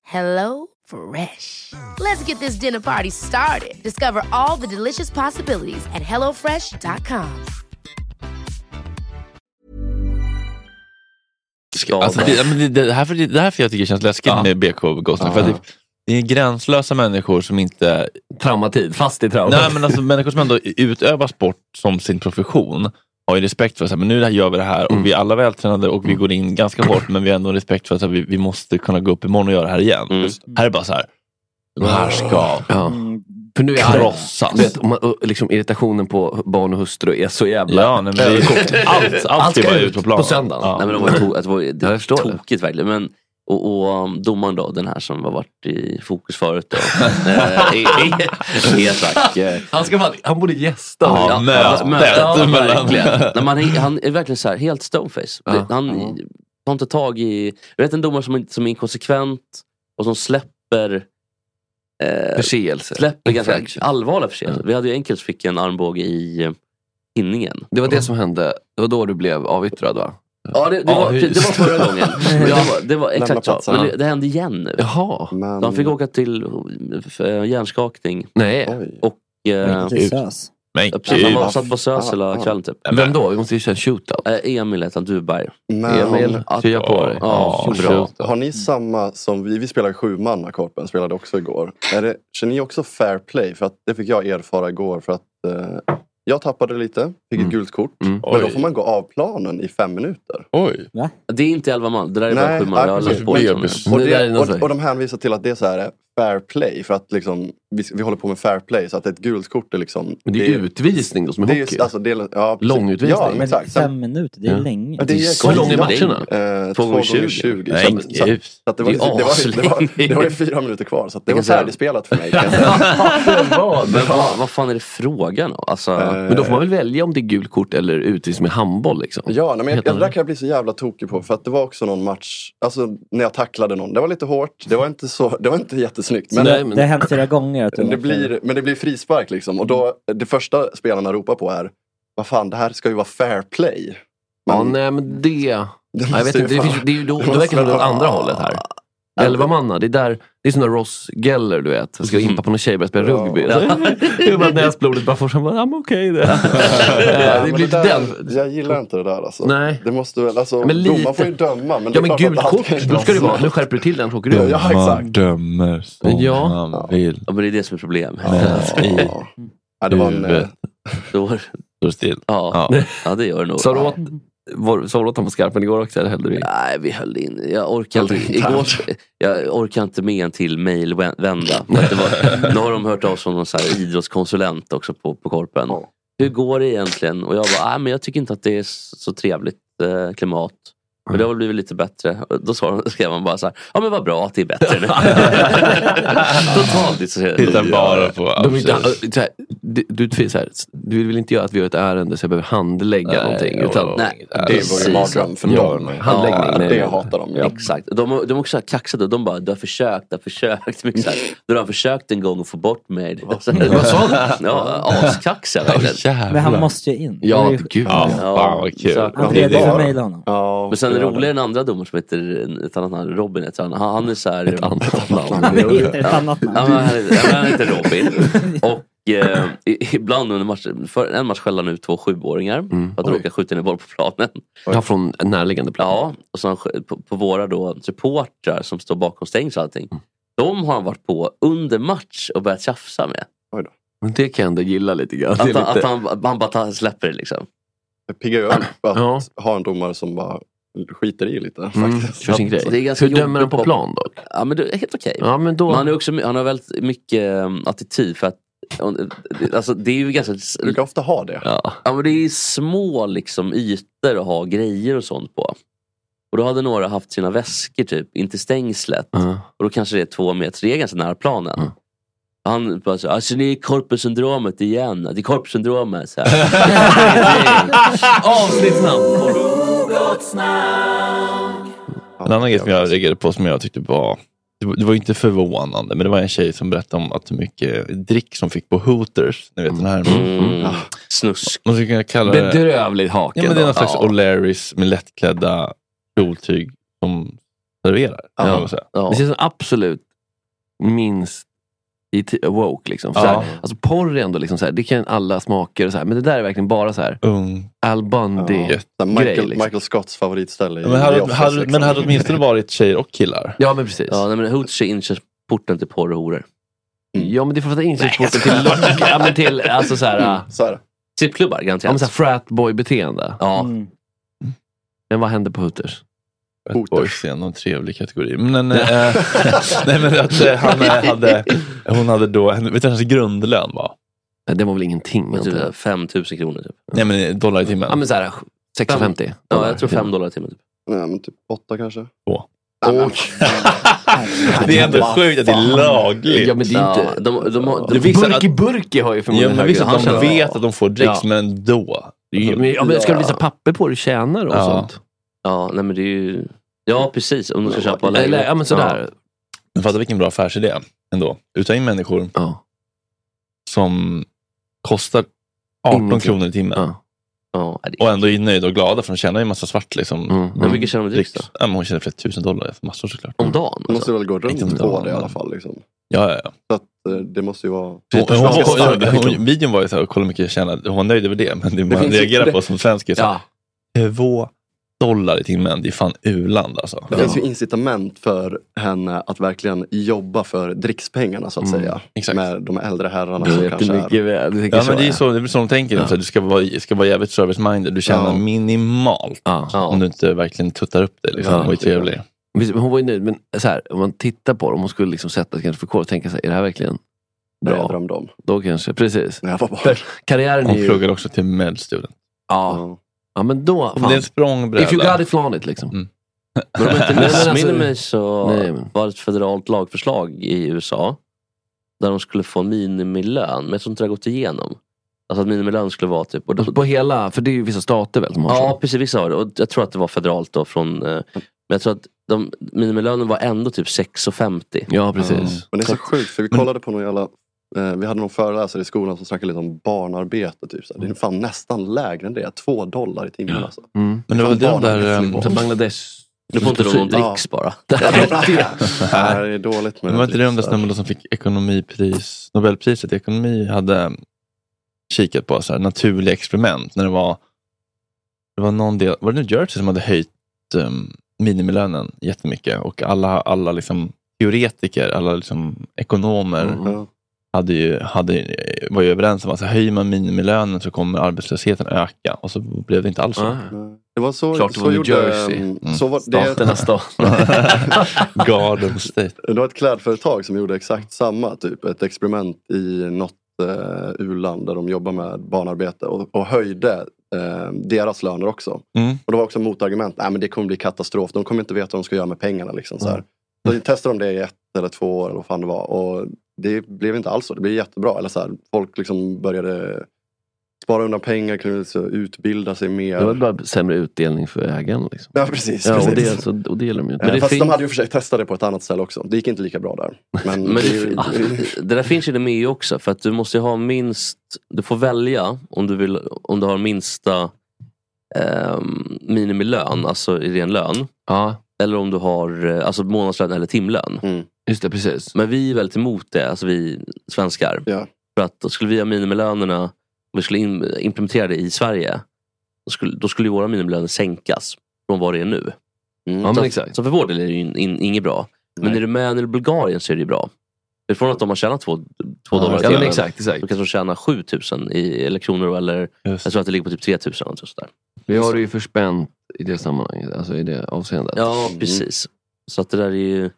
S7: Hello Fresh. Let's get this dinner party started. Discover all the delicious possibilities at hellofresh.com.
S1: Alltså, det, ja, men det, det, här, för- det här för jag tycker känns läskigt med BK Ghostnack. För att det, det är gränslösa människor som inte...
S2: Traumatid, fast i trauma.
S1: Nej, men alltså, människor som ändå utövar sport som sin profession har ju respekt för att men nu gör vi det här och vi är alla vältränade och vi går in ganska hårt men vi har ändå respekt för att vi, vi måste kunna gå upp imorgon och göra det här igen. Här är bara så här, de här ska
S2: Ja. För nu är arg.
S1: krossas.
S2: Du Vet, om man, och liksom irritationen på barn och hustru är så jävla
S1: Ja, nej, men det-
S2: överkokt.
S1: allt- allt ska
S2: ska
S1: ut på planen.
S2: På söndagen.
S5: Nej, men det var, to- att det var, det var tokigt verkligen. Men, och, och um, domaren då, den här som har varit i fokus förut. Då. Eh, e- e- Esak. eh,
S2: Han, ska fan, han borde gästa.
S5: Ja,
S2: mötet
S5: ja,
S2: mellan-
S5: verkligen. Nej, man är, han är verkligen så här, helt stoneface. Det- Han tar inte tag i... Jag vet en domare som, är- som är inkonsekvent och som släpper... Eh,
S2: Förseelser.
S5: Släpper ganska
S2: Infraction.
S5: allvarliga förseelser. Vi hade ju enkelt fick en armbåge i eh, tinningen.
S2: Det var det som hände. Det var då du blev avyttrad va?
S5: Ja, det, det, var, det
S2: Avhyst.
S5: var förra gången.
S2: Ja.
S5: Det var, det var
S2: Lämna
S5: exakt så.
S2: platsen.
S5: Men det, det hände igen nu.
S2: Jaha.
S5: Så han fick åka till eh, hjärnskakning.
S2: Nej.
S5: Och, eh,
S2: Men gud.
S1: Men
S5: Ja, precis. han var satt på SÖS hela kvällen typ. Eh,
S2: Vem då? Vi måste ju köra shootout.
S5: Emil hette han, Duberg.
S2: Emil, krya på dig.
S5: Ja, bra.
S3: Har ni samma som vi, vi spelar sju man av korpen, spelade också igår. Är det, kör ni också fair play? För att det fick jag erfara igår för att eh, jag tappade lite, fick
S2: Mm.
S3: ett gult kort. Men då
S5: Oj.
S3: får man gå av planen i fem minuter.
S1: Oj.
S5: Det är inte elva man, det där är bara
S3: Nej,
S5: sju man. Jag
S3: ja,
S5: har
S3: precis.
S5: läst på liksom.
S3: och, det, och, och de hänvisar till att det är så här eh, fair play för att liksom, vi, vi håller på med fair play så att ett gult kort är liksom...
S2: Men det är utvisning då som i
S3: det är ju-
S2: hockey.
S3: Alltså, det är, ja, precis.
S2: Långutvisning.
S3: Ja, men exakt.
S6: Fem minuter, det är
S2: Ja.
S6: länge.
S3: Ja, det är
S2: Hur lång är matcherna?
S3: Eh,
S2: Två
S3: två
S2: gånger
S3: gånger 20.
S2: 20.
S3: Så att-
S2: Nej,
S3: så att-
S2: gud.
S3: så att det var-
S2: Det
S3: det
S2: är
S3: var- det var- det var ju
S2: aslänge.
S3: fyra minuter kvar så att det
S5: Jag
S3: var
S5: kan säga-
S3: färdigspelat för mig. kan jag säga.
S5: Men vad, vad fan är det frågan om? Alltså,
S2: Men då får man väl välja om det är gult kort eller utvisning med handboll liksom.
S3: Ja, nej, men jag,
S2: Heter
S3: det där
S2: han
S3: kan jag bli så jävla tokig på för att det var också någon match, alltså när jag tacklade någon, det var lite hårt, det var inte, så, det var inte jättesnyggt. Men,
S6: det, det har hänt flera gånger. Att du
S3: det
S6: verkligen-
S3: blir, men det blir frispark liksom och då, det första spelarna ropar på är, vad fan det här ska ju vara fair play.
S2: Ja, nej men det... Nej, jag vet
S3: måste ju
S2: inte, det,
S3: fan-
S2: finns, det är ju då,
S3: det
S2: då
S3: måste
S2: verkar det vara
S3: väl
S2: åt andra
S3: vara-
S2: hållet här. Elva manna, det är där... Det är som när Ross Geller, du vet, ska impa på någon tjej och börja spela rugby. Det är bara näsblodet bara får som, I'm okay det.
S3: Ja,
S2: det
S3: men
S2: blir
S3: det
S2: den.
S3: där, jag gillar inte det där alltså.
S2: Nej.
S3: Det måste väl, alltså,
S2: Men lite-
S3: domaren får ju döma. Men det
S2: Ja
S3: är
S2: men
S3: klart att
S2: gult
S3: allt
S2: kort,
S3: kan ju
S2: då ska det
S3: dras.
S2: vara. Nu skärper du till den så åker du
S3: Ja,
S2: ut.
S3: ja, exakt.
S1: Man dömer som
S2: Ja.
S1: man vill.
S5: ja, men det är det som är problemet.
S1: Men i
S3: Ja, det var en, eh,
S1: huvudet
S5: Då,
S1: står still.
S5: ja. ja, det gör det nog.
S2: Sa du åt, var, sa du åt honom på skarpen igår också eller hällde du i?
S5: Nej, vi höll in. Jag orkar inte,
S2: Höll in
S5: igår, jag orkar inte med en till mejlvända. För att det var- Nu har de hört av sig som någon så här idrottskonsulent också på, på korpen. Hur går det egentligen? Och jag bara, "Nej, men jag tycker inte att det är så trevligt eh, klimat. Men det har väl blivit lite bättre. Och Då svarade- skrev man bara så här, ja men vad bra att det är bättre nu. Totalt. så-
S1: Tittar bara på...
S2: De är inte, så här, du, du, är så här, du vill väl inte göra att vi gör ett ärende så jag behöver handlägga
S5: Nej,
S2: någonting?
S5: jo,
S2: Utan,
S5: jo. Nej,
S3: Det var
S5: precis.
S3: ju mardröm för
S2: Ja,
S3: dem.
S2: handläggning,
S3: Ja,
S2: nej.
S3: det hatar de. Ja.
S5: Exakt. De, de är också så här kaxade. De bara, du har försökt, du har försökt. Mycket så här, du har försökt en gång att få bort mig. Vad
S2: sa du?
S5: Ja, askaxiga verkligen.
S6: Men han måste ju in. Det
S2: Ja,
S6: var ju-
S2: gud.
S1: Ja, fan vad kul.
S5: så-
S6: Han
S1: Det är
S6: blev för
S1: det.
S6: mig honom.
S3: Ja,
S5: Men sen
S3: det
S5: är
S3: gör
S5: roligare
S3: det.
S5: en andra domare som heter ett annat namn, Robin heter han. Han, han är såhär... Ett
S2: annat
S5: namn.
S6: Det heter ett
S5: Ja.
S6: annat
S5: Ja, men
S6: namn.
S5: han, heter, ja, men han heter Robin. Och eh, i- ibland under matchen, för en match skällde han ut två sjuåringar för att de
S3: Oj.
S5: råkade skjuta in en boll på planen.
S2: Ja, Mm. från en närliggande plan.
S5: Ja, och sen sk- på, på våra då supportrar som står bakom stängsel och allting. De har han varit på under match och börjat tjafsa med.
S3: Oj då.
S2: Men det kan jag ändå gilla lite grann.
S5: Att,
S2: Det är
S5: han, att
S2: lite,
S5: han, han bara tar, släpper det liksom.
S3: Det piggar ju upp att
S2: Ja.
S3: ha en domare som bara skiter i lite.
S2: mm,
S3: faktiskt.
S2: kör sin grej.
S5: Det är ganska
S2: Hur dömer han
S5: jobbigt
S2: på
S5: på-
S2: plan dock?
S5: Ja men det är helt okej.
S2: Ja, men då...
S5: Men han, är också, my- han har väldigt mycket um, attityd för att Alltså det är ju ganska...
S3: Du brukar ofta ha det.
S2: ja.
S5: Ja, men det är små liksom, ytor att ha grejer och sånt på. Och då hade några haft sina väskor typ intill stängslet.
S2: Ja.
S5: Och då kanske det är två meter, det är ganska nära planen. Han bara så, alltså det är korpussyndromet igen. Det är korpussyndromet. så här.
S2: Avsnittsnamn!
S3: Ja,
S1: En annan grej som jag reagerade på som jag tyckte var det var- det var inte förvånande, men det var en tjej som berättade om att hur mycket drick som fick på Hooters. Ni vet den här.
S5: Mm. Snusk.
S1: Man skulle kunna kalla det...
S2: Bedrövligt haken
S1: Ja, men det är
S2: då.
S1: någon slags
S2: Ja.
S1: O'Larrys med lättklädda kjoltyg som serverar. kan man väl säga.
S2: Det känns som absolut minst i t- woke. Liksom.
S1: Ja.
S2: Så här, alltså porr är ändå liksom så här, det kan alla smaker och så här, men det där är verkligen bara så här Al Bundy-grej.
S3: Så Michael,
S2: liksom.
S3: Michael Scotts favoritställe. i
S1: Men hade-
S3: The Office,
S1: hade-
S3: liksom.
S1: men hade åtminstone varit tjejer och killar.
S2: Ja men precis.
S5: Ja, nej, men Hoots är inkörsporten till porr och horor.
S2: Ja men det är för att inkörsporten till, lock- ja, men till alltså så här, äh,
S3: Mm, Så är det.
S5: Strippklubbar
S2: ja,
S5: garanterat.
S2: men så här fratboy-beteende.
S5: Ja.
S2: Men vad hände på Hooters?
S1: Ett boys är ändå en trevlig kategori. Men, eh, nej, men att eh, han eh, hade, hon hade då, vet du vad hennes grundlön var?
S2: Nej, Eh, det var väl ingenting.
S5: Vad
S2: antar
S5: betyder
S2: jag.
S5: det? 5 000 typ kronor typ.
S1: Nej men eh, dollar i timmen.
S2: Ja men så här, 650.
S5: Ja, jag tror 5 dollar i timmen. Typ.
S3: Nej, men typ åtta kanske.
S1: Två.
S3: Nej, men-
S2: Ah,
S1: Det är ändå
S3: Vad
S1: sjukt att det är lagligt.
S2: Ja men det är
S5: Ja,
S2: inte...
S5: de, de, de,
S1: Det visar
S2: Burki
S1: att-
S2: Burki har ju
S1: Ja,
S2: förmodligen
S1: men visst
S2: högre.
S1: att de
S2: Han tjänar-
S1: vet att de får dricks,
S2: Ja.
S1: men ändå. Det är ju-
S2: Ja, men, ja, men ska du visa papper på hur du tjänar och
S1: Ja.
S2: sånt?
S5: ja, nej men det är ju... Ja, precis. Om de ska köpa
S2: Eller, ja men sådär.
S1: Men fatta vilken bra affärsidé ändå. Uta in människor
S2: Ja.
S1: som kostar 18
S2: Ingenting.
S1: kronor i timmen.
S2: Ja.
S5: Ja, ja, det,
S1: Och ändå är nöjda och glada för de tjänar ju en massa svart. Liksom,
S2: Mm.
S5: Hur mycket tjänar de dricks då?
S1: Ja, men hon tjänar flera tusen dollar, för massor såklart.
S5: Om dagen?
S3: Man måste
S5: Alltså.
S3: väl gå
S1: Inte om
S3: runt
S1: dagen,
S3: på det i
S1: men-
S3: alla fall. Liksom.
S1: Ja, ja, ja.
S3: Så att, eh, det måste ju vara...
S1: Hon, Typ, hon,
S3: ganska
S1: hon,
S3: starkt.
S1: hon, hon, videon var ju så här, kolla hur mycket jag tjänar. Hon var nöjd över det, men det man
S2: finns-
S1: reagerar
S2: det-
S1: på som svensk är så här,
S2: Ja.
S1: två dollar i timmen, det är fan u-land alltså.
S3: Det finns ju incitament för henne att verkligen jobba för drickspengarna så att
S2: Mm,
S3: säga.
S1: exakt.
S3: Med de äldre herrarna
S2: Du
S3: som
S2: vet
S3: kanske
S2: det
S3: är...
S2: mycket väl. Du tänker
S1: Ja, men det är
S2: ja.
S1: ju så, det är så de tänker.
S2: Ja.
S1: Så här, du ska vara, ska vara jävligt service-minded. Du tjänar
S3: Ja.
S1: minimalt
S2: Ja.
S1: om du inte verkligen tuttar upp dig liksom,
S2: Ja.
S1: och är trevlig.
S2: Visst, men Hon var ju nöjd, men så här, om man tittar på det, om hon skulle liksom sätta sig kanske för kort och tänka sig, är det här verkligen
S3: det jag
S2: bra?
S3: drömde om
S2: Då kanske, precis.
S3: när jag var barn.
S2: För karriären är
S1: Hon
S2: ju...
S1: pluggade också till med student.
S2: Ja,
S3: Ja.
S2: ja men då,
S1: Men Det är
S2: fan.
S1: en språngbräda.
S2: If you got it, flaunt it liksom.
S1: Mm.
S5: Men om jag inte
S2: Nej, men alltså-
S5: missminner mig så
S2: Nej, men-
S5: var det ett federalt lagförslag i USA där de skulle få en minimilön, men jag tror inte det har gått igenom. Alltså att minimilön skulle vara typ... Och då,
S2: Alltså, På hela, för det är ju vissa stater väl som har
S5: ja,
S2: så.
S5: precis. Vissa har det. Och jag tror att det var federalt då från... eh, Men jag tror att de, minimilönen var ändå typ 6,50.
S2: Ja, precis.
S3: Mm. Men det är så sjukt för vi kollade på någon jävla... Eh, vi hade någon föreläsare i skolan som snackade lite om barnarbete. Typ. Så här, Det är fan nästan lägre än det. Två dollar i timmen alltså.
S2: Mm.
S1: Men det var
S3: Fan,
S1: den
S3: barnen
S1: där...
S3: är
S1: ehm,
S3: flygboll.
S2: Så Bangladesh.
S5: Du får inte någon
S3: Ja.
S5: dricks bara.
S3: Nej, det är dåligt med typ,
S1: Men var inte det de där
S3: dricks,
S1: snubben då som fick ekonomipris, Nobelpriset i ekonomi hade ehm, kikat på så här, naturliga experiment när det var, det var någon del, var det New Jersey som hade höjt um, minimilönen jättemycket och alla, alla liksom teoretiker, alla liksom ekonomer
S3: alltså. Ja.
S1: hade ju, hade, var ju överens om att så här, höjer man minimilönen så kommer arbetslösheten öka och så blev det inte alls så.
S2: Ja.
S3: Nej. Det var så,
S2: Klart det
S3: så
S2: var New
S3: gjorde,
S2: Jersey. Mm.
S3: ehm, Så var, det,
S2: Staternas stat.
S1: Garden State.
S3: Det var ett klädföretag som gjorde exakt samma, typ ett experiment i något eh, u-land där de jobbar med barnarbete och, och höjde eh, deras löner också.
S1: Mm.
S3: Och det var också motargument, nej men det kommer bli katastrof, de kommer inte veta vad de ska göra med pengarna. Liksom, så här.
S2: Mm.
S3: Så testade de det i ett eller två år eller vad fan det var och det blev inte alls så, det blev jättebra. Eller så här, folk liksom började spara undan pengar, kunde så utbilda sig mer.
S2: Det var bara sämre utdelning för ägaren. Liksom.
S3: Ja precis.
S2: Ja, och,
S3: precis.
S2: det, alltså, och det gillar de ju inte.
S3: Eh,
S2: Men det
S3: Fast de
S2: finns-
S3: hade ju för sig testat det på ett annat ställe också. Det gick inte lika bra där. Men,
S5: Men
S3: det, är
S5: det,
S3: ju-
S5: det där finns ju i det med EU också. För att du måste ju ha minst... Du får välja om du, vill, om du har minsta ehm, minimilön, alltså i ren lön.
S2: Ja,
S5: Eller om du har eh, alltså månadslön eller timlön.
S3: Mm.
S2: just det, precis.
S5: Men vi är väldigt emot det, alltså vi svenskar.
S3: Ja.
S5: För att då skulle vi ha minimilönerna, om vi skulle in, implementera det i Sverige, då skulle, då skulle ju våra minimilöner sänkas från vad det är nu.
S3: Mm.
S2: Ja,
S5: så,
S2: men exakt.
S5: så för vår del är det ju in, in, inget bra. Men
S3: Nej.
S5: är du med eller Bulgarien så är det ju bra. För Från att de har tjänat två, två dollar i
S2: Ja, men
S5: timmen,
S2: exakt, exakt.
S5: Då kanske de tjänar 7000 i eller kronor eller
S1: Just.
S5: jag tror att det ligger på typ 3000 eller något sånt där.
S2: Vi har det ju förspänt i det sammanhanget, alltså i det avseendet.
S5: Ja, Mm.
S3: mm.
S5: precis. Så att det där är ju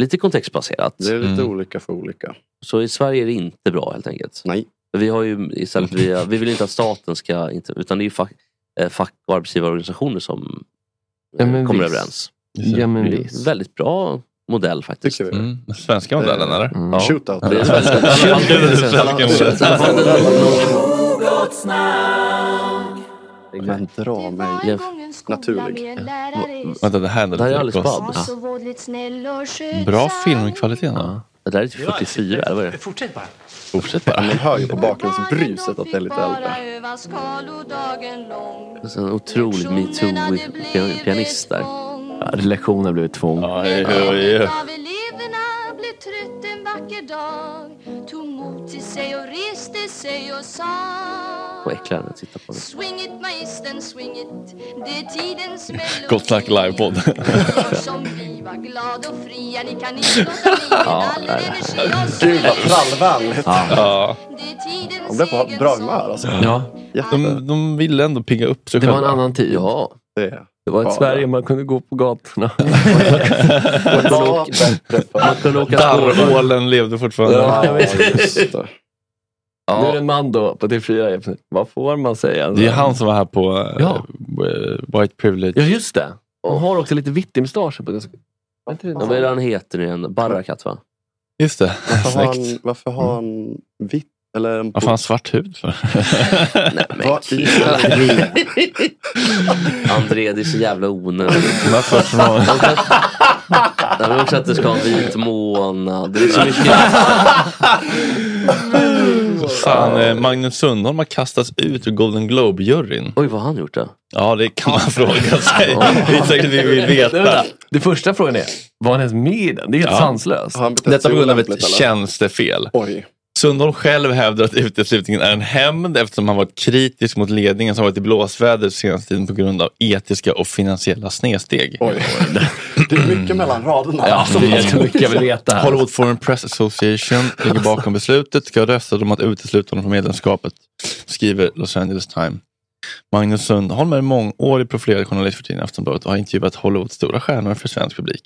S5: lite kontextbaserat.
S3: Det är lite
S1: Mm.
S3: olika för olika.
S5: Så i Sverige är det inte bra helt enkelt.
S3: Nej.
S5: Vi, har ju istället via, vi vill inte att staten ska, inte, utan det är ju fack, eh, fack och arbetsgivarorganisationer som
S2: Ja,
S5: eh,
S2: men
S5: kommer
S2: visst.
S5: överens.
S2: Ja, men
S5: Det är
S2: visst.
S5: en väldigt bra modell faktiskt.
S3: Tycker vi.
S1: Mm. Svenska modellen eller?
S2: Mm. Ja.
S3: Shootout.
S5: Det är väldigt- i alla fall-
S1: Svenska
S5: i alla fall-
S1: modellen.
S5: i alla fall-
S3: Men dra mig
S1: Jeff.
S3: naturlig.
S1: Vänta, det här är
S5: Det här är Alice Babs.
S1: Babs. Bra filmkvalitet. Ja.
S5: Det där är typ 44, eller vad är det?
S8: Fortsätt bara.
S5: Fortsätt bara.
S3: Man hör ju på bakgrundsbruset att det är lite äldre.
S5: En otroligt metoo-pianist där.
S8: Ja, Relationen har blivit tvång.
S5: Vad äckligare att titta på. det.
S9: Swing it magistern, swing it Det är tidens melodi
S1: Gott snack livepodd.
S9: Som vi var glad och fria Ni kan inte låta bli
S1: Ja,
S9: all energi och
S3: Gud vad
S9: sorg.
S3: trallvänligt.
S1: Ja.
S3: De blev på bra humör alltså.
S2: Ja.
S1: De, de ville ändå pigga upp sig
S2: Det var en
S1: själva.
S2: annan tid. Ja. Det var ett
S1: Bara.
S2: Sverige man kunde gå på gatorna.
S3: Man
S2: kunde åka spårvagn.
S1: Darrhålen levde fortfarande.
S2: Ja, jag vet.
S3: det.
S2: Nu är det en man då på T4. Vad får man säga?
S1: Det är han som var här på eh,
S2: Ja.
S1: eh, White Privilege.
S2: Ja, just det. Han har också lite vittig-mustasch. på det.
S5: Ja, vad är det han heter nu igen? Barrakat va?
S1: Just det.
S3: Varför har han,
S1: Snyggt.
S3: varför har han vitt? Eller en
S1: Varför har han svart hud för?
S3: Vad i-
S5: André, det är så jävla onödigt.
S1: Varför från...
S5: Jag vill också att det ska ha en vit månad. Det är så mycket.
S1: Fan, eh, Magnus Sundholm har kastats ut ur Golden Globe-juryn.
S5: Oj, vad har han gjort då?
S1: Ja, det kan man fråga sig. Det är säkert det vi vill
S2: Det
S1: veta.
S2: där. Det första frågan är, var han ens med i den? Det är helt
S1: Ja.
S2: sanslöst.
S1: Detta på grund av ett tjänstefel.
S3: Oj.
S1: Sundholm själv hävdar att uteslutningen är en hämnd eftersom han varit kritisk mot ledningen som varit i blåsväder senaste tiden på grund av etiska och finansiella snedsteg.
S3: Oj. Det är mycket mellan raderna.
S1: Ja,
S3: Alltså,
S1: det är
S3: man-
S1: jättemycket
S2: jag vill veta här.
S1: Hollywood Foreign Press Association ligger bakom beslutet. Ska rösta om att utesluta honom från medlemskapet, skriver Los Angeles Times. Magnus Sundholm är en mångårig profilerad journalist för tidningen Aftonbladet och har intervjuat Hollywoods stora stjärnor för svensk publik.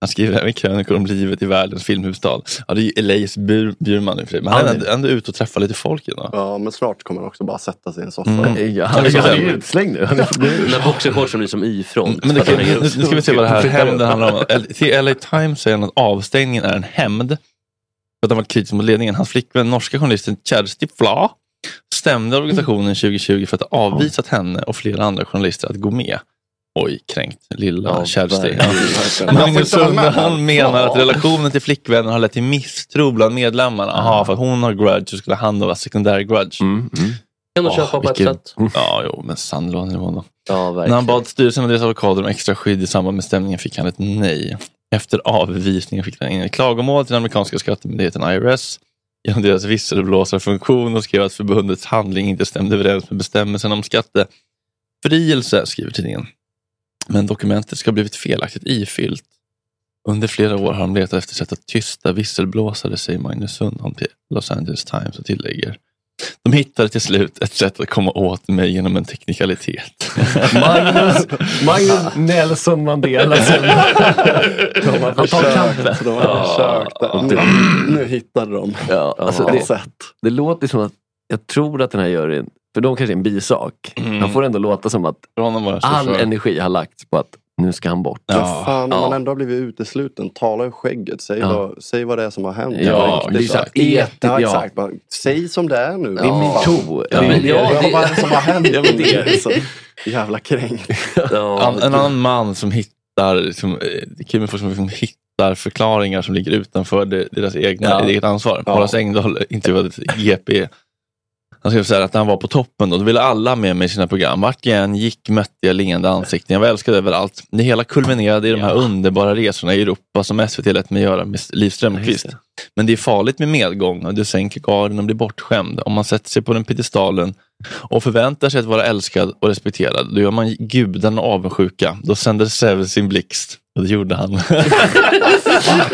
S1: Han skriver även krönikor om livet i världens filmhuvudstad. Ja, det är ju Elias Bur- Burman nu för sig. Men han är ändå- ändå ute och träffar lite folk idag.
S3: Ja, men snart kommer han också bara sätta sig i en soffa.
S1: Mm.
S2: Ja, han är han är ju utslängd nu. Han är
S5: Den där boxershortsen blir som Y-front.
S1: Men det,
S5: För att
S1: kan-
S5: den
S1: nu,
S5: hänger
S1: nu
S5: upp.
S1: ska vi se vad det här hämnden handlar om. L- Till LA Times säger han att avstängningen är en hämnd. För att han varit kritisk mot ledningen. Hans flickvän, norska journalisten Kjersti Fla, stämde organisationen 2020 för att ha avvisat henne och flera andra journalister att gå med. Oj, kränkt. Lilla
S5: Ja,
S1: Kjersti.
S5: verkligen.
S1: Ja.
S5: Verkligen. Man får
S1: Magnus
S5: inte vara med.
S1: Sundman menar att
S5: Ja.
S1: relationen till flickvännen har lett till misstro bland medlemmarna. Aha, för att hon har grudge så skulle han då ha sekundär grudge.
S5: Kan de
S1: Åh,
S5: köpa på ett
S1: vilken-
S5: sätt?
S1: Ja, jo, men sandlådenivån då.
S5: Ja,
S1: När
S5: verkligen.
S1: han bad styrelsen och deras advokater om extra skydd i samband med stämningen fick han ett nej. Efter avvisningen fick han in ett klagomål till den amerikanska skattemyndigheten IRS genom deras visselblåsarfunktion och skrev att förbundets handling inte stämde överens med bestämmelsen om skattefrielse, skriver tidningen. Men dokumentet ska ha blivit felaktigt ifyllt. Under flera år har de letat efter sätt att tysta visselblåsare, säger Magnus Sundholm till Los Angeles Times och tillägger. De hittade till slut ett sätt att komma åt mig genom en teknikalitet.
S2: Magnus, Magnus Nelson Mandela.
S3: De har
S2: Han tar
S3: försökt.
S2: kampen.
S3: De har
S2: Ja.
S3: försökt. Nu, nu hittade de.
S2: Ja, alltså
S3: På något
S2: det,
S3: sätt.
S2: det låter som att jag tror att den här juryn, för de kanske är en bisak.
S1: Mm.
S2: Han får ändå låta som att
S1: För honom var det så
S2: all
S1: för-
S2: energi har lagts på att nu ska han bort.
S3: Men
S1: Ja.
S3: fan,
S2: Ja.
S3: om man ändå har blivit utesluten, tala ur skägget. Säg,
S2: Ja.
S3: vad, säg vad det är som har hänt.
S2: Ja,
S3: På
S2: det är
S3: riktigt.
S2: så här etiskt,
S3: Ja,
S2: ja.
S3: exakt. Bara, säg som det är nu.
S2: Det är metoo. Ja, men-
S5: ja,
S3: Ja,
S5: det-
S3: vad är det som har hänt?
S2: Ja, men det är det.
S3: Så Jävla kränkt.
S5: Ja,
S1: An, en annan man som hittar, liksom, eh, kriminalforskare som liksom hittar förklaringar som ligger utanför de, deras egna,
S2: Ja.
S1: eget ansvar.
S3: Ja.
S1: Horace Engdahl intervjuade ett GP. Han skrev så här att när han var på toppen, då, då ville alla med mig i sina program. Vart jag än gick mötte jag leende ansikten. Jag var älskad överallt. Det hela kulminerade i de här underbara resorna i Europa som SVT lät mig göra med Liv Strömquist.
S2: Ja, just
S1: Men det är farligt med medgång och du sänker garden och blir bortskämd. Om man sätter sig på den piedestalen och förväntar sig att vara älskad och respekterad, då gör man gudarna avundsjuka. Då sänder Zeus sin blixt. Och det gjorde han.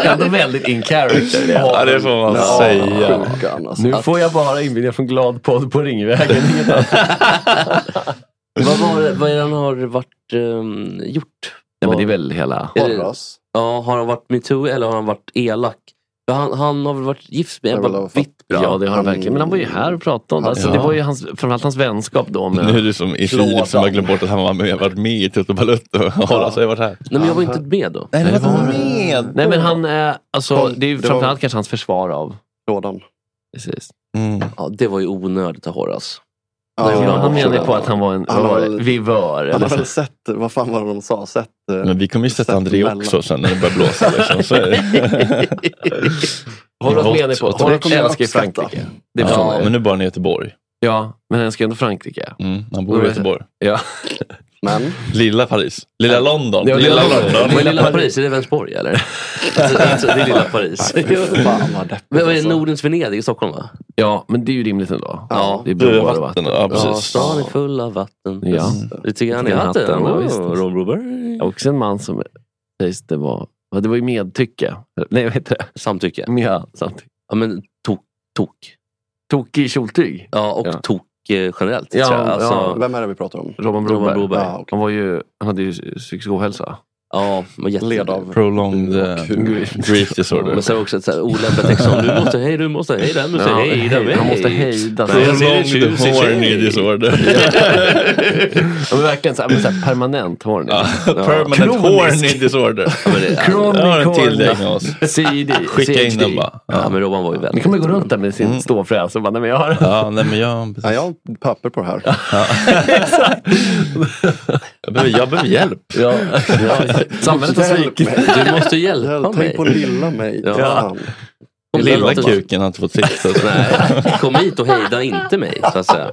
S2: Ändå väldigt in character. det.
S1: ja, det får man
S3: Ja,
S1: säga.
S3: sjukan, alltså.
S2: Nu
S3: Att-
S2: får jag bara inbjudningar från Gladpodd på Ringvägen. Inget annat.
S5: vad, var det, vad är det han har varit, ehm, gjort?
S2: Nej, men det är väl hela...
S5: Är det-
S3: Porras.
S5: Ja, har han varit metoo eller har han varit elak? För Han, han har väl varit gift med
S3: Det är väl i
S5: Ebba
S3: alla fall-
S5: Wittbra?
S2: Ja, det har han verkligen. Men han var ju här och pratade om det. Alltså,
S1: Ja.
S2: Det var ju hans, framförallt hans vänskap då.
S1: Nu är
S2: Med,
S1: det som i
S3: Klådan.
S1: Filip som har glömt bort att han var med, varit med i Toto Balutto. Horace har ju varit här.
S5: Nej, men jag var inte med då.
S1: Nej,
S3: det var han
S1: med.
S2: nej, men han... eh, Alltså, det är ju
S3: Det var-
S2: framförallt kanske hans försvar av...
S3: Lådan.
S2: Precis.
S1: Mm.
S5: Ja, det var ju onödigt av Horace.
S3: Ja,
S2: han,
S3: ja,
S2: han menar ju
S3: absolut.
S2: på att han var en
S3: Han har
S2: var
S3: väl-
S2: vivör.
S3: Han
S2: Eller
S3: har
S2: så.
S3: väl sett, vad fan var det de sa? Sett, eh,
S1: Men vi kommer ju sätta
S3: sett
S1: André
S3: mellan.
S1: också sen när det börjar blåsa. Liksom. Så är det.
S2: Har du varit med dig på?
S1: Hot-
S2: Har du
S1: hot-
S2: varit älskar i Frankrike? Det
S1: ja,
S2: förstår man ju.
S1: men nu bara i Göteborg.
S2: Ja, men han älskar ändå Frankrike.
S1: Mm, han bor i Göteborg.
S2: Ja.
S3: Men?
S1: Lilla Paris. Lilla London.
S2: Ja,
S1: lilla
S2: lilla
S1: London.
S2: London. Men
S5: Lilla Paris, är det Vänersborg eller? Alltså, alltså, det är lilla Paris.
S3: Fan vad deppigt. alltså.
S5: Men vad är det, Nordens Venedig i Stockholm va?
S2: Ja, men det är ju rimligt ändå.
S5: Ja.
S2: Det är broar och vatten.
S1: vatten. Ja, precis.
S5: stan är full av vatten.
S2: Ja.
S5: Det tycker han är vatten.
S2: ja,
S5: Oh,
S2: visst.
S5: Ron Broberg.
S2: Också en man som sägs det var, ja, det var ju medtycke. Nej, vad heter det?
S5: Samtycke.
S2: Ja, samtycke.
S5: Ja, men tok. Tok.
S2: Tok i kjoltyg.
S5: Ja, och tok eh, generellt.
S2: Ja,
S5: tror jag. Alltså,
S2: ja.
S3: Vem är det vi pratar om?
S2: Robban
S5: Robban
S2: Broberg.
S5: Broberg. Ja,
S2: han, var ju, han hade ju psykisk ohälsa.
S5: Ja, men jätte...
S3: Led av...
S1: Prolonged eh, grief disorder.
S5: Men sen också ett så här olämpligt liksom. Du måste hej, du måste hej, den måste
S2: Ja,
S5: hej, den
S2: hej, han måste hejda Alltså, sig.
S5: Jag ser en
S1: Prolonged
S5: tjusig
S1: horny
S5: tjej.
S1: disorder.
S2: Ja, men verkligen så här, men så här permanent horny.
S1: Ja, Permanent
S2: Kronisk.
S1: horny disorder.
S5: men det-
S2: Kronisk
S1: Ja, en till
S2: horny.
S1: dig oss.
S2: CD.
S1: Skicka in
S2: CHD.
S1: den bara.
S5: Ja,
S1: Ja,
S5: men Robban var ju
S2: Ni
S5: väldigt...
S2: kommer gå runt där med sin
S1: Mm.
S2: ståfräs och bara, nej men jag har
S1: ja nej, men jag,
S3: Ja, jag har papper på det här.
S1: jag, behöver, jag behöver hjälp.
S2: Ja. Samhället har
S3: Hjälp
S2: svikit.
S3: mig.
S5: Du måste hjälpa
S3: Hjälp, tänk
S5: mig.
S3: på lilla mig.
S5: Ja.
S3: Fan.
S1: Lilla
S5: Kom hit.
S1: kuken har inte fått sitt. så-
S5: Nej, kom hit och hejda inte mig. Så att säga.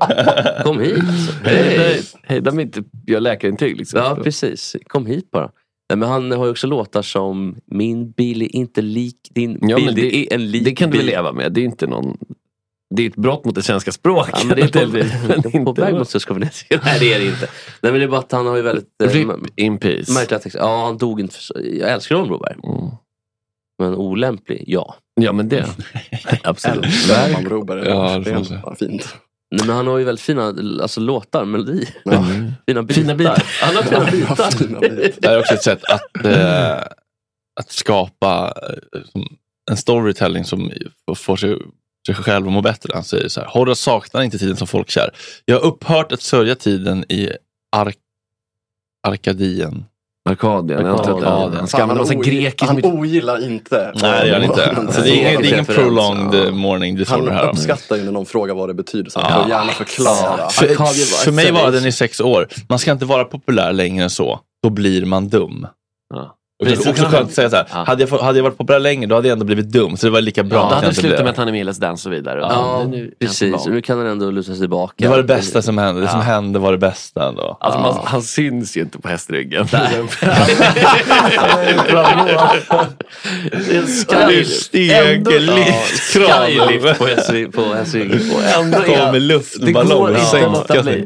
S5: Kom hit. Hej.
S2: Hejda- Hejda mig inte, jag har läkarintyg liksom.
S5: Ja, precis. Kom hit bara. Nej, men han har ju också låtar som Min bil är inte lik din bil.
S2: Ja, men
S5: det,
S2: det-
S5: är en lik
S2: Det kan du väl
S5: bil.
S2: leva med. Det är inte någon... Det är ett brott mot det svenska språket.
S5: Ja, men det är på,
S2: Men
S5: det är på
S2: inte-
S5: väg mot Suska Venezia. Nej, det är det inte. Nej, men det är bara att han har ju väldigt... eh,
S2: Rip typ in peace.
S5: Märkliga texter. Ja, han dog inte. För, så- jag älskar honom Broberg.
S2: Mm.
S5: Men olämplig, ja.
S2: Ja men det. Absolut.
S3: Älskar man Broberg.
S1: Ja,
S3: Ja,
S1: det får man säga.
S3: Fint.
S5: Nej, men han har ju väldigt fina alltså, låtar, melodier.
S3: Ja.
S5: Fina bitar.
S2: Fina bitar.
S5: Han har fina bitar.
S3: fina bitar.
S1: Mm. Det här är också ett sätt att, eh, att skapa eh, som- en storytelling som får sig, sig själv att må bättre. Han säger så här, Horace saknar inte tiden som folkkär. Jag har upphört att sörja tiden i Ark Arkadien.
S2: Arkadien. Jag antar att det är-
S1: Arkadien.
S2: Han ska använda massa
S3: ogillar-
S2: grekisk
S3: han
S2: myt.
S3: ogillar inte.
S1: Nej, det gör han inte. Så det är ingen, det är ingen prolonged eh, morning
S3: Han
S1: disorder här.
S3: uppskattar ju när någon frågar vad det betyder. Så han
S1: Ja.
S3: får gärna förklara.
S1: För, för mig var den i sex år. Man ska inte vara populär längre än så. Då blir man dum.
S2: Ja.
S1: Och det är också skönt att säga så här.
S2: Ja.
S1: Hade, jag, fått- hade jag varit populär längre, då hade jag ändå blivit dum. Så det var lika bra
S2: Ja,
S1: att
S2: det
S1: jag
S2: hade
S1: inte blev
S2: slutat
S1: det.
S2: med att han är med i Let's Dance och vidare.
S5: Ja,
S2: Nu är han
S5: precis.
S2: tillbaka.
S5: Nu kan han ändå luta sig tillbaka.
S1: Det var det bästa som hände. Det som hände var det bästa ändå.
S2: Alltså, man, han syns ju inte på hästryggen.
S5: Det är en skylift.
S1: Stekellyft
S5: Ja, skylift på hästryggen. På hästryggen.
S2: Ändå är-
S1: Kommer
S2: det går
S1: luftballong och
S2: inte att
S1: sänka
S2: låta
S1: sig.
S2: bli.